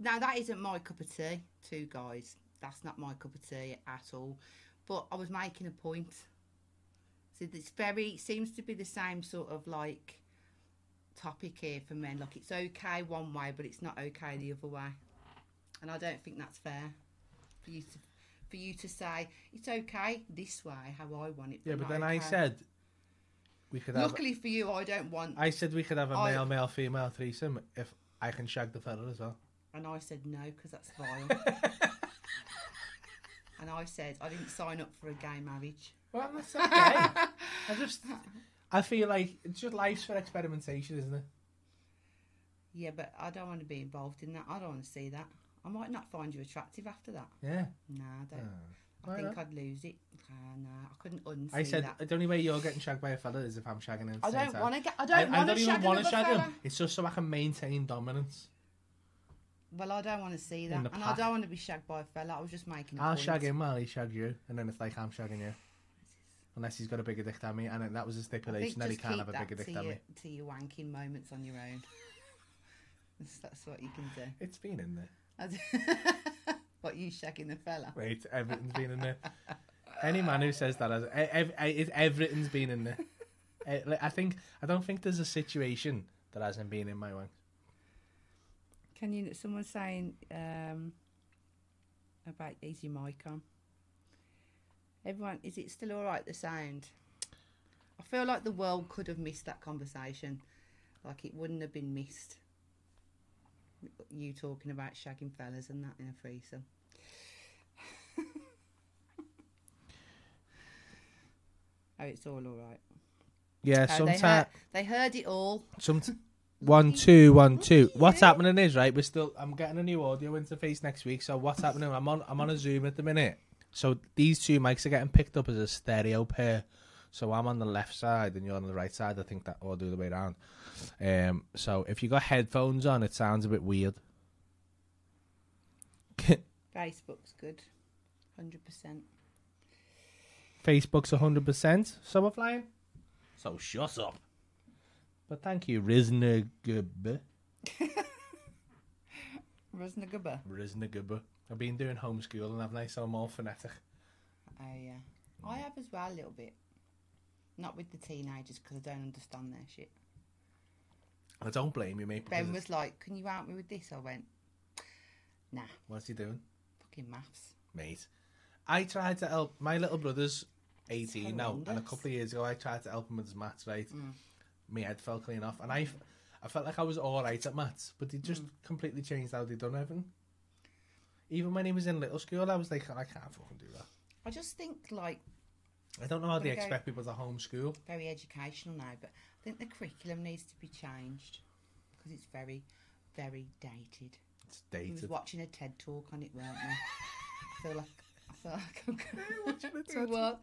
C: Now that isn't my cup of tea. Two guys. That's not my cup of tea at all. But I was making a point. So it's very seems to be the same sort of like topic here for men. Like it's okay one way, but it's not okay the other way. And I don't think that's fair for you to for you to say it's okay this way how I want it.
B: Yeah, but
C: not
B: then I
C: okay."
B: said we could have.
C: Oh Luckily for you, I don't want.
B: I said we could have a
C: I-
B: male, male, female threesome if I can shag the fella as well.
C: And I said no because that's vile. and I said I didn't sign up for a gay marriage.
B: Well, that's okay. I just, I feel like it's just life's for experimentation, isn't it?
C: Yeah, but I don't want to be involved in that. I don't want to see that. I might not find you attractive after that.
B: Yeah.
C: No, I don't. I
B: Why
C: think
B: not?
C: I'd lose it. Ah, no, I couldn't unsee
B: I said
C: that.
B: the only way you're getting shagged by a fella is if I'm shagging him.
C: I don't want to get. I don't want to shag
B: wanna
C: another fella.
B: him. It's just so I can maintain dominance.
C: Well, I don't want to see that,
B: In
C: and
B: the
C: I
B: pack.
C: don't want to be shagged by a fella. I was just making. a
B: I'll
C: point.
B: shag him while he shag you, and then it's like I'm shagging you. Unless he's got a bigger dick than me, and that was a
C: I think
B: stipulation that he
C: just
B: can't
C: keep
B: have a
C: that
B: bigger dick
C: to
B: than
C: your,
B: me.
C: to your wanking moments on your own. that's, that's what you can do.
B: It's been in there.
C: As- what you shagging the fella?
B: Wait, everything's been in there. Any man who says that, has, e-, ev- ev- everything's been in there. Eh, like, I think I don't think there's a situation that hasn't been in my wank.
C: Can you? Someone's saying um, about easy mic on. Everyone, is it still all right? The sound. I feel like the world could have missed that conversation. Like it wouldn't have been missed. You talking about shagging fellas and that in a threesome. oh, it's all all right.
B: Yeah,
C: Oh, they,
B: sometimes
C: heard, they heard it all.
B: Some one two one two. What's happening is right. We're still. I'm getting a new audio interface next week. So what's happening? I'm on. I'm on a Zoom at the minute. So these two mics are getting picked up as a stereo pair. So I'm on the left side and you're on the right side. I think that or the other way around. Um. So if you got headphones on, it sounds a bit weird.
C: Facebook's good, hundred percent.
B: Facebook's 100. percent So we're flying. So shut up. But thank you, Riznagub.
C: Rusnagubba.
B: Riznagub. I've been doing homeschooling, haven't I? So I'm all phonetic.
C: Oh yeah, I have as well a little bit. Not with the teenagers because I don't understand their shit.
B: I don't blame you, mate. because
C: Ben
B: it's-
C: was like, "Can you help me with this?" I went, "Nah,
B: What's he doing?
C: fucking maths."
B: Mate. I tried to help my little brother's 18 now, and a
C: horrendous. Mm.
B: couple of years ago, I tried to help him with his maths, right? My head fell clean off, and I, f- I felt like I was all right at maths, but they just
C: Mm.
B: completely changed how they done everything. Even when he was in little school, I was like, I can't fucking do that.
C: I just think like
B: I don't know how they
C: Gotta go.
B: expect people to homeschool.
C: very educational now, but I think the curriculum needs to be changed because it's very, very dated.
B: It's
C: We was
B: dated.
C: watching a TED talk on it, weren't we? I feel like I feel like I'm
B: watching a TED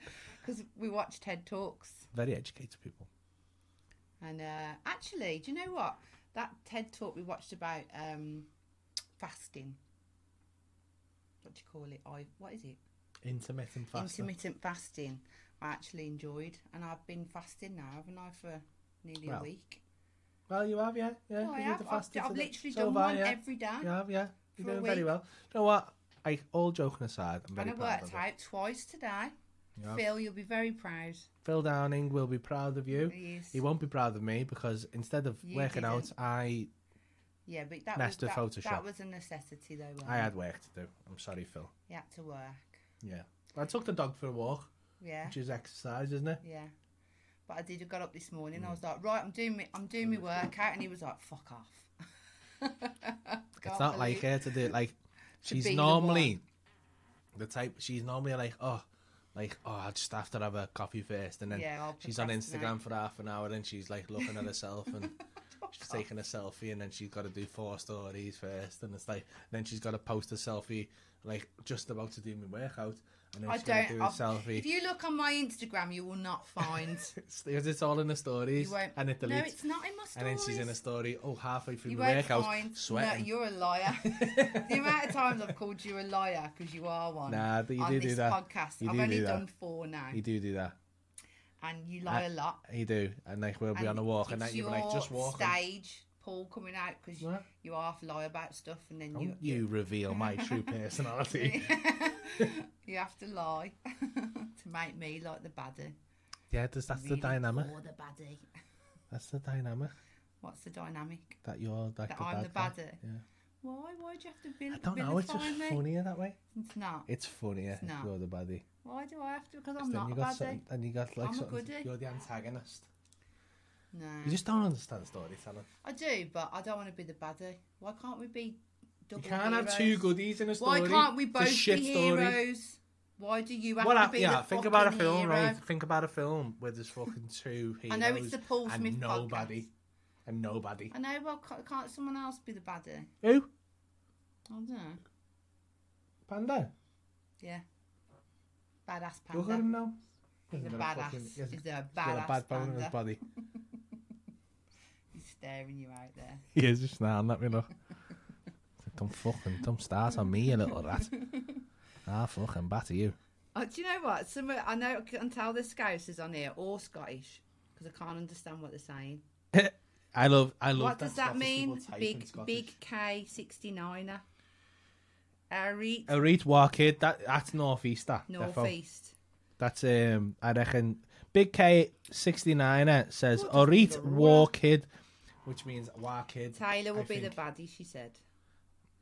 C: because we watch TED talks.
B: Very educated people.
C: And uh, actually, do you know what? That TED talk we watched about um, fasting. What do you call it? I what is it?
B: Intermittent fasting.
C: Intermittent fasting. I actually enjoyed, and I've been fasting now, haven't I, for nearly a
B: Well,
C: week?
B: well, you have, yeah. yeah
C: Oh, I
B: you did
C: have.
B: the
C: I've,
B: fasting
C: I've
B: today.
C: literally
B: So
C: done
B: have I,
C: one
B: yeah.
C: every day.
B: You have, yeah. You're
C: For a
B: doing very
C: week.
B: well. You know what? I all joking aside, I'm very
C: And I
B: proud of
C: worked
B: you.
C: out twice today.
B: You have.
C: Phil, you'll be very proud.
B: Phil Downing will be proud of you.
C: He is.
B: He won't be proud of me because instead of
C: You
B: working out,
C: didn't.
B: I
C: Yeah, but that
B: Master
C: was that, that
B: Photoshop.
C: was a necessity, though. Wasn't
B: I
C: it?
B: had work to do. I'm sorry, Phil.
C: You had to work.
B: Yeah, I took the dog for a walk,
C: Yeah.
B: which is exercise, isn't it?
C: Yeah. But I did. I got up this morning.
B: Mm.
C: I was like, right, I'm doing me, I'm doing my workout, and he was like, fuck off. Can't
B: it's not like
C: believe-
B: her to do it. Like
C: To be
B: she's
C: the
B: normally the type she's normally like, oh, like oh, I just have to have a coffee first, and then
C: Yeah, I'll
B: she's on Instagram
C: procrastinate.
B: for half an hour, and she's like looking at herself and. She's taking a selfie and then she's got to do four stories first, and it's like then she's got to post a selfie like just about to do my workout, and then
C: I
B: she's got to
C: don't.
B: do a
C: I'll-
B: selfie
C: If you look on my Instagram, you will not find.
B: It's- because it's all in the stories
C: You won't.
B: and it deletes.
C: no, it's not in my stories.
B: and then she's in a story. Oh, halfway through
C: You
B: my
C: won't
B: workout,
C: find. No,
B: sweating.
C: you're a liar. the amount of times I've called you a liar because you are one.
B: Nah, but you
C: on
B: do
C: this
B: do that.
C: podcast,
B: You
C: I've
B: do
C: only
B: do that.
C: done four now,
B: you do do that.
C: and you lie a lot.
B: You do, and like we'll be on a walk, and
C: it's
B: that you'll be like,
C: your
B: just walk. on."
C: Stage Paul coming out because you,
B: What?
C: you half lie about stuff, and then you
B: Don't you reveal my true personality.
C: you have to lie to make me like the baddie.
B: yeah, that's, that's the
C: Really
B: dynamic.
C: Or the baddie.
B: That's the dynamic
C: What's the dynamic?
B: that you're like
C: That
B: the
C: I'm
B: bad
C: the
B: guy.
C: baddie.
B: Yeah.
C: Why? Why do you have to vil-
B: I don't know. It's just
C: vilify me?
B: funnier that way.
C: It's not.
B: It's funnier
C: It's not.
B: if you're the baddie.
C: Why do I have to? Because
B: 'Cause
C: I'm not
B: you
C: a
B: got
C: baddie.
B: something, and you got like
C: I'm a
B: something.
C: goodie.
B: You're the antagonist.
C: No.
B: You just don't understand storytelling.
C: I do, but I don't want to be the baddie. Why can't we be double
B: You can't have two
C: heroes?
B: goodies in a
C: Why
B: story.
C: can't we
B: It's a
C: both
B: shit
C: be
B: story.
C: heroes? Why do you have
B: Well,
C: to
B: I,
C: be
B: yeah,
C: the
B: think about a
C: fucking
B: film,
C: hero?
B: right? Think about a film where there's fucking two heroes
C: I know it's the Paul Smith
B: and nobody,
C: podcast.
B: and nobody.
C: I know, but ca- can't someone else be the baddie?
B: Who?
C: I don't know.
B: Panda.
C: Yeah. Badass
B: Look at
C: panda.
B: him now.
C: He's a
B: got
C: badass.
B: fucking- he hasn't-
C: He's a
B: he's got
C: badass
B: a bad bone in his
C: panda.
B: body.
C: He's staring you out there.
B: He is just now, let me look. Don't fucking, don't start on me, you little rat. Ah, fucking batter you.
C: Oh, do you know what? Some I know I can tell the Scouse is on here or Scottish because I can't understand what they're saying.
B: I love, I love.
C: what does that
B: Scottish people
C: mean?
B: type in
C: Big
B: Scottish.
C: big K sixty niner. Ari
B: A reed war kid. That that's northeaster. defo.
C: northeast.
B: That's um, I reckon. Big K sixty nine says
C: What does
B: Orit
C: the
B: War
C: war-
B: Kid, which means War Kid.
C: Taylor will
B: I
C: be the
B: think.
C: baddie, she said.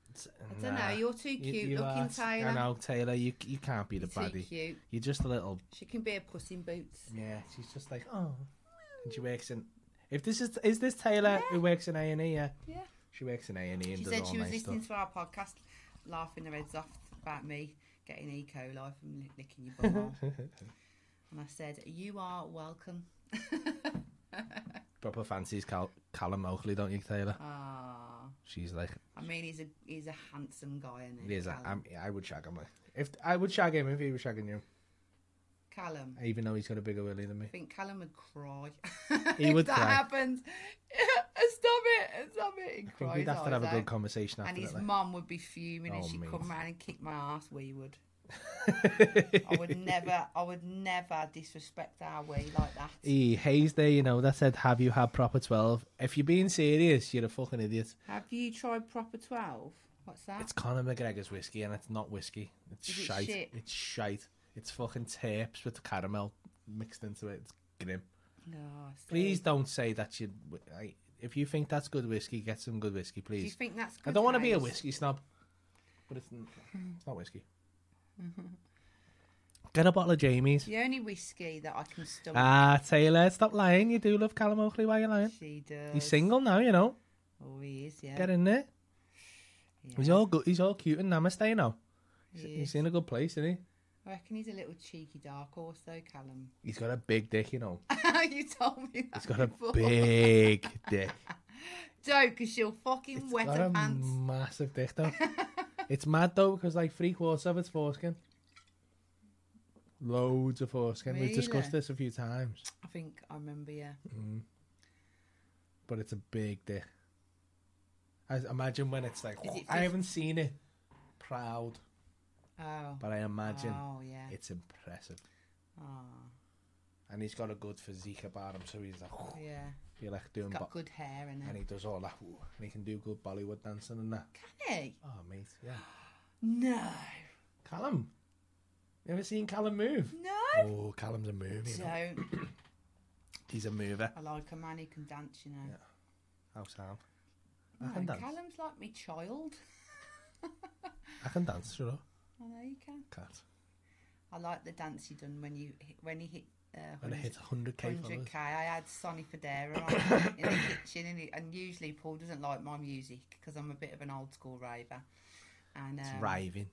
B: It's-
C: I don't know.
B: nah.
C: You're too
B: You-
C: cute
B: you
C: looking,
B: are-
C: Taylor.
B: I know Taylor. You you can't be the
C: You're too
B: baddie.
C: cute.
B: You're just a little.
C: She can be a puss in boots.
B: Yeah, she's just like oh, and she works in. If this is is this Taylor who works in A and E? Yeah,
C: Yeah.
B: she works in A and E and
C: She
B: does
C: said
B: all
C: she was
B: nice
C: listening
B: stuff.
C: to our podcast, laughing her heads off about me getting E. coli from lick- licking your butthole. and I said, "You are welcome."
B: Proper fancies Cal- Callum Oakley, don't you, Taylor?
C: Ah,
B: She's like,
C: I mean, he's a he's a handsome guy, isn't
B: it
C: he?
B: is.
C: Callum.
B: I'm, I would shag him. Like, if I would shag him if he was shagging you,
C: Callum.
B: even though he's got a bigger willy than me.
C: I think Callum would cry.
B: He
C: if
B: would
C: that
B: cry.
C: happened. stop it! Stop it! He
B: I think
C: cries
B: we'd have to
C: eyes
B: have a
C: out.
B: good conversation
C: And
B: after
C: his
B: that. like.
C: mum would be fuming, and
B: Oh,
C: she'd
B: mate.
C: come round and kick my ass. We would. I would never. I would never disrespect our way like that.
B: E Hayes there, you know, that said, have you had proper 12? If you're being serious, you're a fucking idiot.
C: Have you tried proper twelve? What's that?
B: It's Conor McGregor's whiskey and it's not whiskey. It's
C: Is it
B: shite.
C: shit?
B: It's shite. It's fucking tapes with caramel mixed into it. It's grim.
C: No,
B: Please don't say that you... I, if you think that's good whiskey, get some good whiskey,
C: Do you
B: please.
C: think that's?
B: I
C: good
B: don't want to be a
C: taste?
B: whiskey snob, but it's, n- it's not whiskey. Get a bottle of Jamie's.
C: The only whiskey that I can stomach.
B: Ah, Taylor, stop lying. You do love Callum Oakley. Why are you lying?
C: she does.
B: He's single now, you know.
C: Oh, he is. Yeah.
B: Get in there.
C: yeah.
B: He's all good. He's all cute and namaste now. He's,
C: He
B: he's
C: is.
B: in a good place, isn't he?
C: I reckon he's a little cheeky dark horse though, Callum.
B: He's got a big dick, you know.
C: you told me that.
B: He's got a
C: before.
B: big dick.
C: Joke, because she'll fucking
B: It's
C: wet
B: got
C: her
B: a
C: pants.
B: massive dick though. it's mad though because like three quarters of it's foreskin. Loads of foreskin. We've discussed
C: Really?
B: this a few times,
C: I think I remember, yeah.
B: but it's a big dick. I imagine when it's like
C: Is it
B: I
C: fif-
B: haven't seen it proud,
C: Oh.
B: but I imagine
C: Oh, yeah.
B: it's impressive.
C: Oh,
B: And he's got a good physique about him, so he's like,
C: yeah.
B: you're like doing
C: Got
B: bo-
C: good hair in
B: and
C: it.
B: he does all that ooh, and he can do good Bollywood dancing and that.
C: Can he?
B: Oh mate, yeah.
C: No.
B: Callum. You ever seen Callum move?
C: No.
B: Oh, Callum's a mover. you know.
C: Don't.
B: He's a mover.
C: I like a man who can dance, you know.
B: How sound? I
C: No,
B: can dance.
C: Callum's like me child.
B: I can dance, sure.
C: I know you can.
B: Cat.
C: I like the dance he done when you hit, when he hit. Uh,
B: And I hit 100k followers.
C: 100k. I had Sonny Federa on in the kitchen, and, he, and usually Paul doesn't like my music because I'm a bit of an old school raver. And um,
B: It's raving.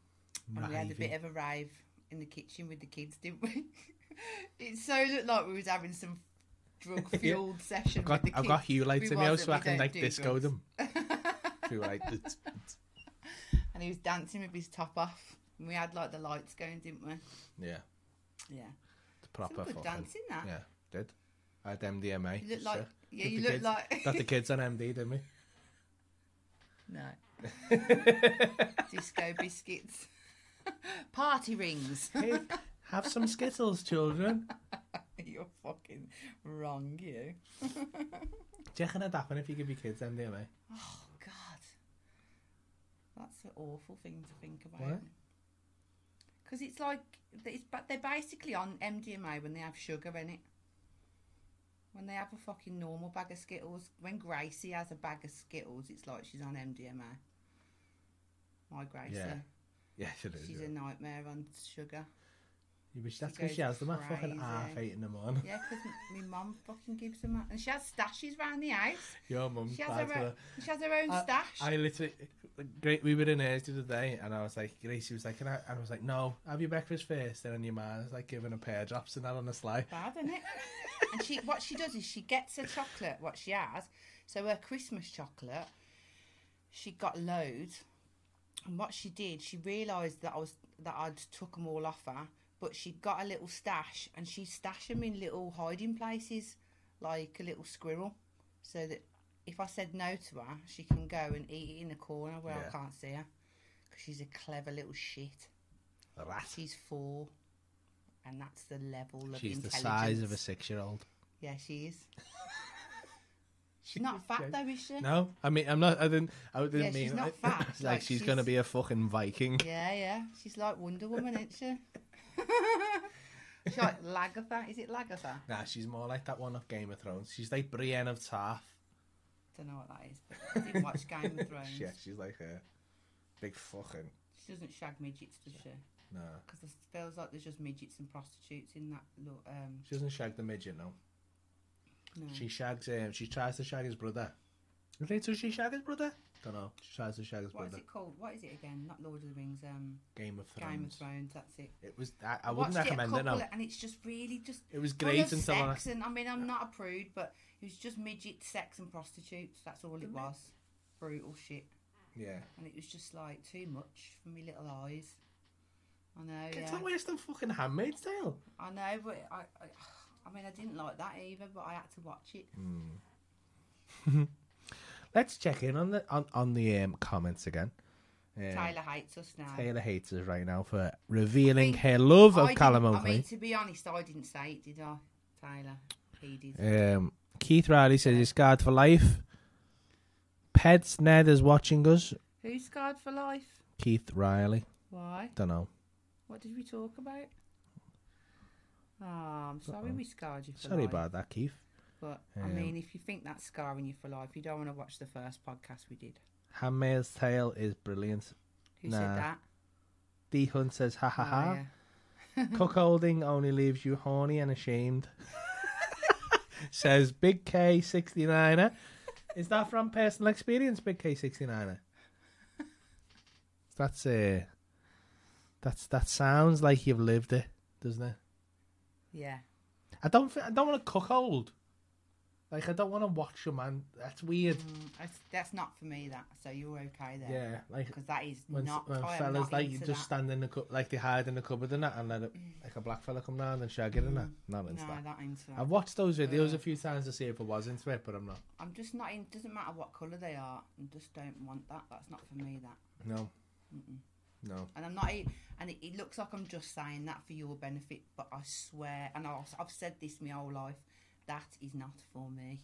C: And we had a bit
B: Raving.
C: of a rave in the kitchen with the kids, didn't we? it so looked like we was having some drug fueled session.
B: I've got,
C: with the
B: I've got
C: kids.
B: Hugh lights
C: We
B: in my house
C: wasn't,
B: so I
C: we
B: can
C: don't
B: like
C: do
B: disco
C: drugs.
B: them. Hugh like, "Tut, tut."
C: and he was dancing with his top off. And we had like the lights going, didn't we?
B: yeah,
C: Yeah.
B: the proper
C: Some good
B: fucking.
C: dancing that.
B: Yeah, did. I had MDMA.
C: You look
B: so-
C: like yeah,
B: with
C: you
B: the
C: look
B: kids.
C: like
B: Got the kids on MD, didn't we?
C: no disco biscuits, party rings.
B: Hey, have some Skittles, children.
C: You're fucking wrong, you.
B: Do you reckon that'd happen if you give your kids MDMA?
C: Oh God, that's an awful thing to think
B: Why?
C: about. Because it's like it's but they're basically on MDMA when they have sugar in it. When they have a fucking normal bag of Skittles, when Gracie has a bag of Skittles, it's like she's on MDMA. My Gracie,
B: Yeah, Yeah, she does.
C: she's
B: yeah.
C: a nightmare on sugar.
B: You wish
C: she
B: that's because she
C: goes
B: has them at fucking
C: crazy.
B: half eight in the morning.
C: Yeah, because my mum fucking gives them out, and she has stashes round the house.
B: Your mum,
C: She has
B: dad
C: her
B: were-
C: own, she has her own
B: I-
C: stash.
B: I literally, great. We were in hers the other day, and I was like, Gracie was like, can I? And I was like, no, have your breakfast first. Then your man was like giving her pear drops and that on the sly.
C: bad, isn't it? and she, what she does is she gets her chocolate, what she has. So her Christmas chocolate, she got loads. And what she did, she realised that I was that I'd took them all off her, but she got a little stash and she stashed them in little hiding places, like a little squirrel, so that if I said no to her, she can go and eat it in the corner where
B: Yeah.
C: I can't see her, because she's a clever little shit.
B: The rat.
C: She's four, and that's the level of
B: She's the
C: intelligence.
B: size of a six-year-old.
C: Yeah, she is. she's not fat though, is she?
B: No, I mean, I'm not. I didn't. I didn't
C: Yeah,
B: mean.
C: she's not
B: it.
C: fat,
B: It's like,
C: like,
B: she's,
C: she's-
B: gonna be a fucking Viking.
C: Yeah, yeah. She's like Wonder Woman, isn't she? she's like Lagatha. Is it Lagatha?
B: Nah, she's more like that one of Game of Thrones. She's like Brienne of Tarth.
C: Don't know what that is. I didn't watch Game of Thrones.
B: Yeah, she's like a big fucking.
C: She doesn't shag midgets, does she?
B: No,
C: Because it feels like there's just midgets and prostitutes in that. Look, um,
B: she doesn't shag the midget. No,
C: no.
B: she shags. Um, she tries to shag his brother. Is it who she shag his brother? Don't know. She tries to shag his
C: what is
B: brother.
C: it called? What is it again? Not Lord of the Rings. Um,
B: Game of Thrones.
C: Game of Thrones. That's it.
B: It was. I, I wouldn't
C: Watched
B: recommend
C: it, a
B: it. No,
C: couple and it's just really just
B: it was
C: full
B: great
C: of
B: until I.
C: sex and I mean I'm not a prude, but it was just midget sex and prostitutes. That's all it was. Brutal shit,
B: Yeah.
C: and it was just like too much for me little eyes. I know,
B: It's
C: yeah,
B: not worse than fucking Handmaid's Tale.
C: I know, but I, I, I mean I didn't like that either, but I had to watch it.
B: Let's check in on the on, on the um, comments again. Um,
C: Tyler hates us now.
B: Taylor hates us right now for revealing her love
C: Oh, I
B: of
C: didn't-
B: Callum
C: I mean,
B: Oakley.
C: to be honest, I didn't say it, did I, Tyler? He did.
B: um, Keith Riley says he's scarred for life. Pets Ned is watching us.
C: Who's scarred for life?
B: Keith Riley.
C: Why?
B: Don't know.
C: What did we talk about? Oh, I'm sorry we scarred you for
B: Sorry
C: life.
B: about that, Keith.
C: But I
B: Um,
C: mean, if you think that's scarring you for life, you don't want to watch the first podcast we did.
B: Handmaid's Tale is brilliant.
C: Who
B: Nah.
C: said that?
B: D Hunt says, ha ha
C: Oh,
B: ha.
C: yeah.
B: Cuckolding only leaves you horny and ashamed. Says Big K 69er. Is that from personal experience, Big K 69er? That's uh, that's that sounds like you've lived it, doesn't it?
C: yeah.
B: I don't thi- I don't want to cuckold. Like I don't want to watch your man. That's weird.
C: Mm, that's, that's not for me. That so you're okay there.
B: Yeah, like
C: Because that is
B: when,
C: not.
B: when
C: I am
B: fellas
C: not
B: like you
C: into
B: just
C: that. Mm.
B: stand in the cu- like they hide in the cupboard and that, and let it, like a black fella come down and shag it in that. Not into
C: No,
B: that.
C: that into that.
B: I've watched those videos a few times to see if I was into it, but I'm not.
C: I'm just not in. Doesn't matter what colour they are. I just don't want that. That's not for me. That.
B: No. No.
C: And I'm not. e- And it, it looks like I'm just saying that for your benefit, but I swear, and I've, I've said this my whole life, that is not for me.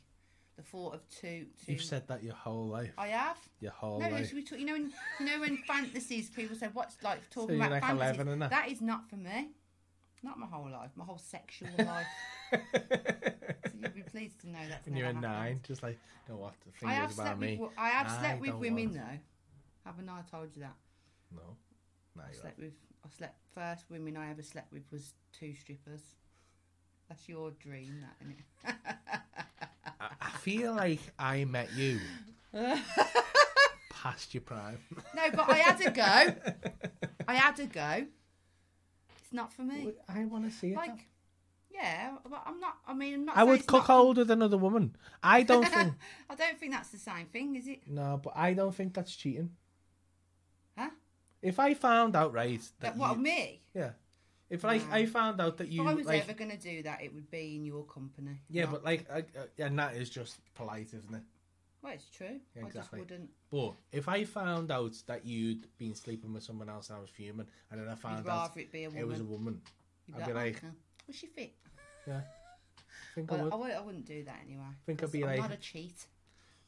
C: The thought of two, two.
B: You've said that your whole life.
C: I have.
B: Your whole
C: No,
B: life.
C: should we talk, you know, when, you know when fantasies people say what's like talking
B: you're
C: about
B: like 11
C: fantasies.
B: and that?
C: that is not for me. Not my whole life, my whole sexual life. So you'll be pleased to know that's
B: When you're a
C: never happened.
B: nine, just like, you know what, the thing
C: I have
B: is about
C: slept with
B: me.
C: with I have
B: I
C: slept with
B: don't
C: women
B: want-
C: though. Haven't I told you that?
B: No. No,
C: I
B: you're right.
C: slept with I slept first women I ever slept with was two strippers. That's your dream, that isn't it?
B: I, I feel like I met you past your prime.
C: No, but I had a go. I had a go. It's not for me.
B: I want to see it.
C: Like, yeah, but I'm not. I mean, I'm not.
B: I
C: saying
B: would
C: it's not for-
B: cuckold with another woman. I don't think.
C: I don't think that's the same thing, is it?
B: No, but I don't think that's cheating.
C: Huh?
B: If I found out right that
C: That, what
B: you-
C: me?
B: yeah, if like
C: No.
B: I found out that you
C: if I was
B: like
C: ever going to do that, it would be in your company.
B: yeah,
C: not-
B: but like I, I, and that is just polite, isn't it?
C: well, it's true.
B: Yeah, exactly.
C: I just wouldn't.
B: But if I found out that you'd been sleeping with someone else and I was fuming, and then I found
C: You'd
B: out
C: rather it be a
B: Ah, it was a
C: woman.
B: woman,
C: You'd
B: I'd be like-
C: "Oh, was she fit?
B: yeah, I think I
C: Well,
B: would.
C: I, would, I wouldn't do that anyway.
B: Think I'd
C: 'cause
B: be
C: I'm
B: like-
C: not a cheat.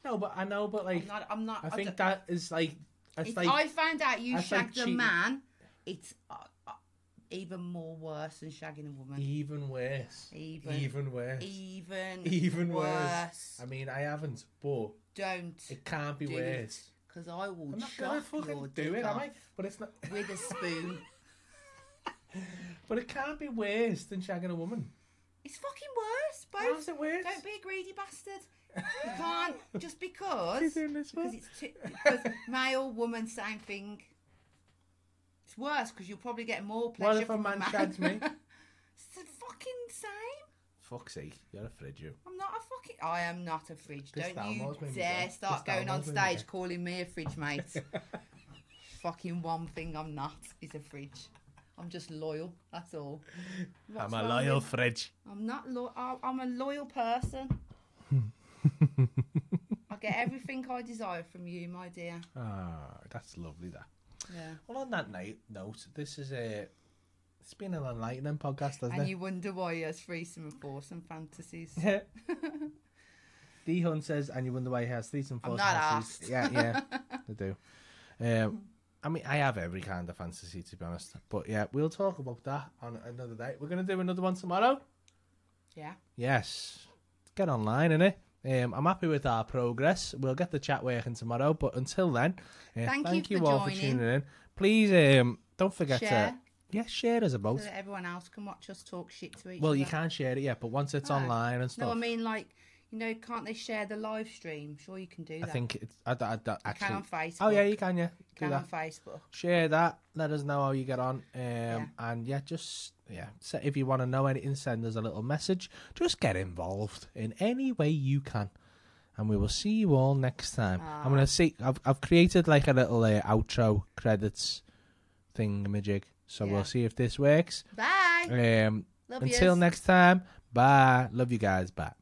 B: no, but I know, but like
C: I'm not. I'm not.
B: I
C: I
B: think
C: don't-
B: that is like it's
C: if
B: like
C: I found out you
B: that's like
C: shagged a
B: cheating.
C: man, it's uh, uh, even more worse than shagging a woman.
B: even worse,
C: Even-
B: even worse,
C: Even
B: even worse.
C: worse.
B: I mean, I haven't, but
C: Don't,
B: it can't be
C: Do
B: worse.
C: it. because I will
B: I'm not
C: chop
B: gonna
C: your
B: fucking do
C: dick
B: it, am
C: off
B: I? But it's not.
C: with a spoon.
B: But it can't be worse than shagging a woman.
C: It's fucking worse,
B: How's
C: both.
B: it worse?
C: Don't be a greedy bastard. You can't just because
B: doing this
C: because
B: for?
C: it's too, because male woman same thing. It's worse because you'll probably get more pleasure
B: What if a
C: from
B: man shags me?
C: it's the fucking same.
B: Fuck's sake, you're a fridge, you.
C: I'm not a fucking. I am not a fridge.
B: Piss down
C: Don't you
B: laws made me
C: dare
B: go.
C: start
B: Piss down
C: going on
B: laws made me
C: stage
B: go.
C: calling me a fridge mate. fucking one thing I'm not is a fridge. I'm just loyal. That's all. What's wrong with-
B: fridge.
C: I'm not loyal. I'm a loyal person. I get everything I desire from you, my dear.
B: Ah, that's lovely. That.
C: Yeah.
B: Well, on that night note, this is a. It's been an enlightening podcast, hasn't
C: And
B: it?
C: you wonder why he has threesome and foursome fantasies.
B: D Hunt says, and you wonder why he has threesome
C: I'm
B: four
C: not
B: fantasies. Yeah, yeah, I do. Um, I mean, I have every kind of fantasy to be honest, but yeah, we'll talk about that on another day. We're gonna do another one tomorrow.
C: yeah.
B: Yes, get online, innit? Um, I'm happy with our progress. We'll get the chat working tomorrow, but until then, uh,
C: Thank you for
B: all for
C: joining.
B: tuning in. Please, um, don't forget to
C: Share.
B: yeah, share us about.
C: So that everyone else can watch us talk shit to each
B: Well,
C: other.
B: you can't share it yet, but once it's
C: No.
B: online and stuff,
C: No, I mean, like, you know, can't they share the live stream? Sure, you can do
B: I
C: that.
B: think it's I, I, I, actually.
C: can on Facebook.
B: Oh yeah, you can. Yeah, do
C: can
B: that.
C: on Facebook.
B: Share that. Let us know how you get on. Um, and yeah, just yeah. So if you want to know anything, send us a little message. Just get involved in any way you can, and we will see you all next time. I'm gonna see. I've I've created like a little uh, outro credits thing, majig. So
C: Yeah.
B: we'll see if this works.
C: Bye.
B: Um,
C: Love
B: until
C: yous.
B: next time. Bye. Love you guys. Bye.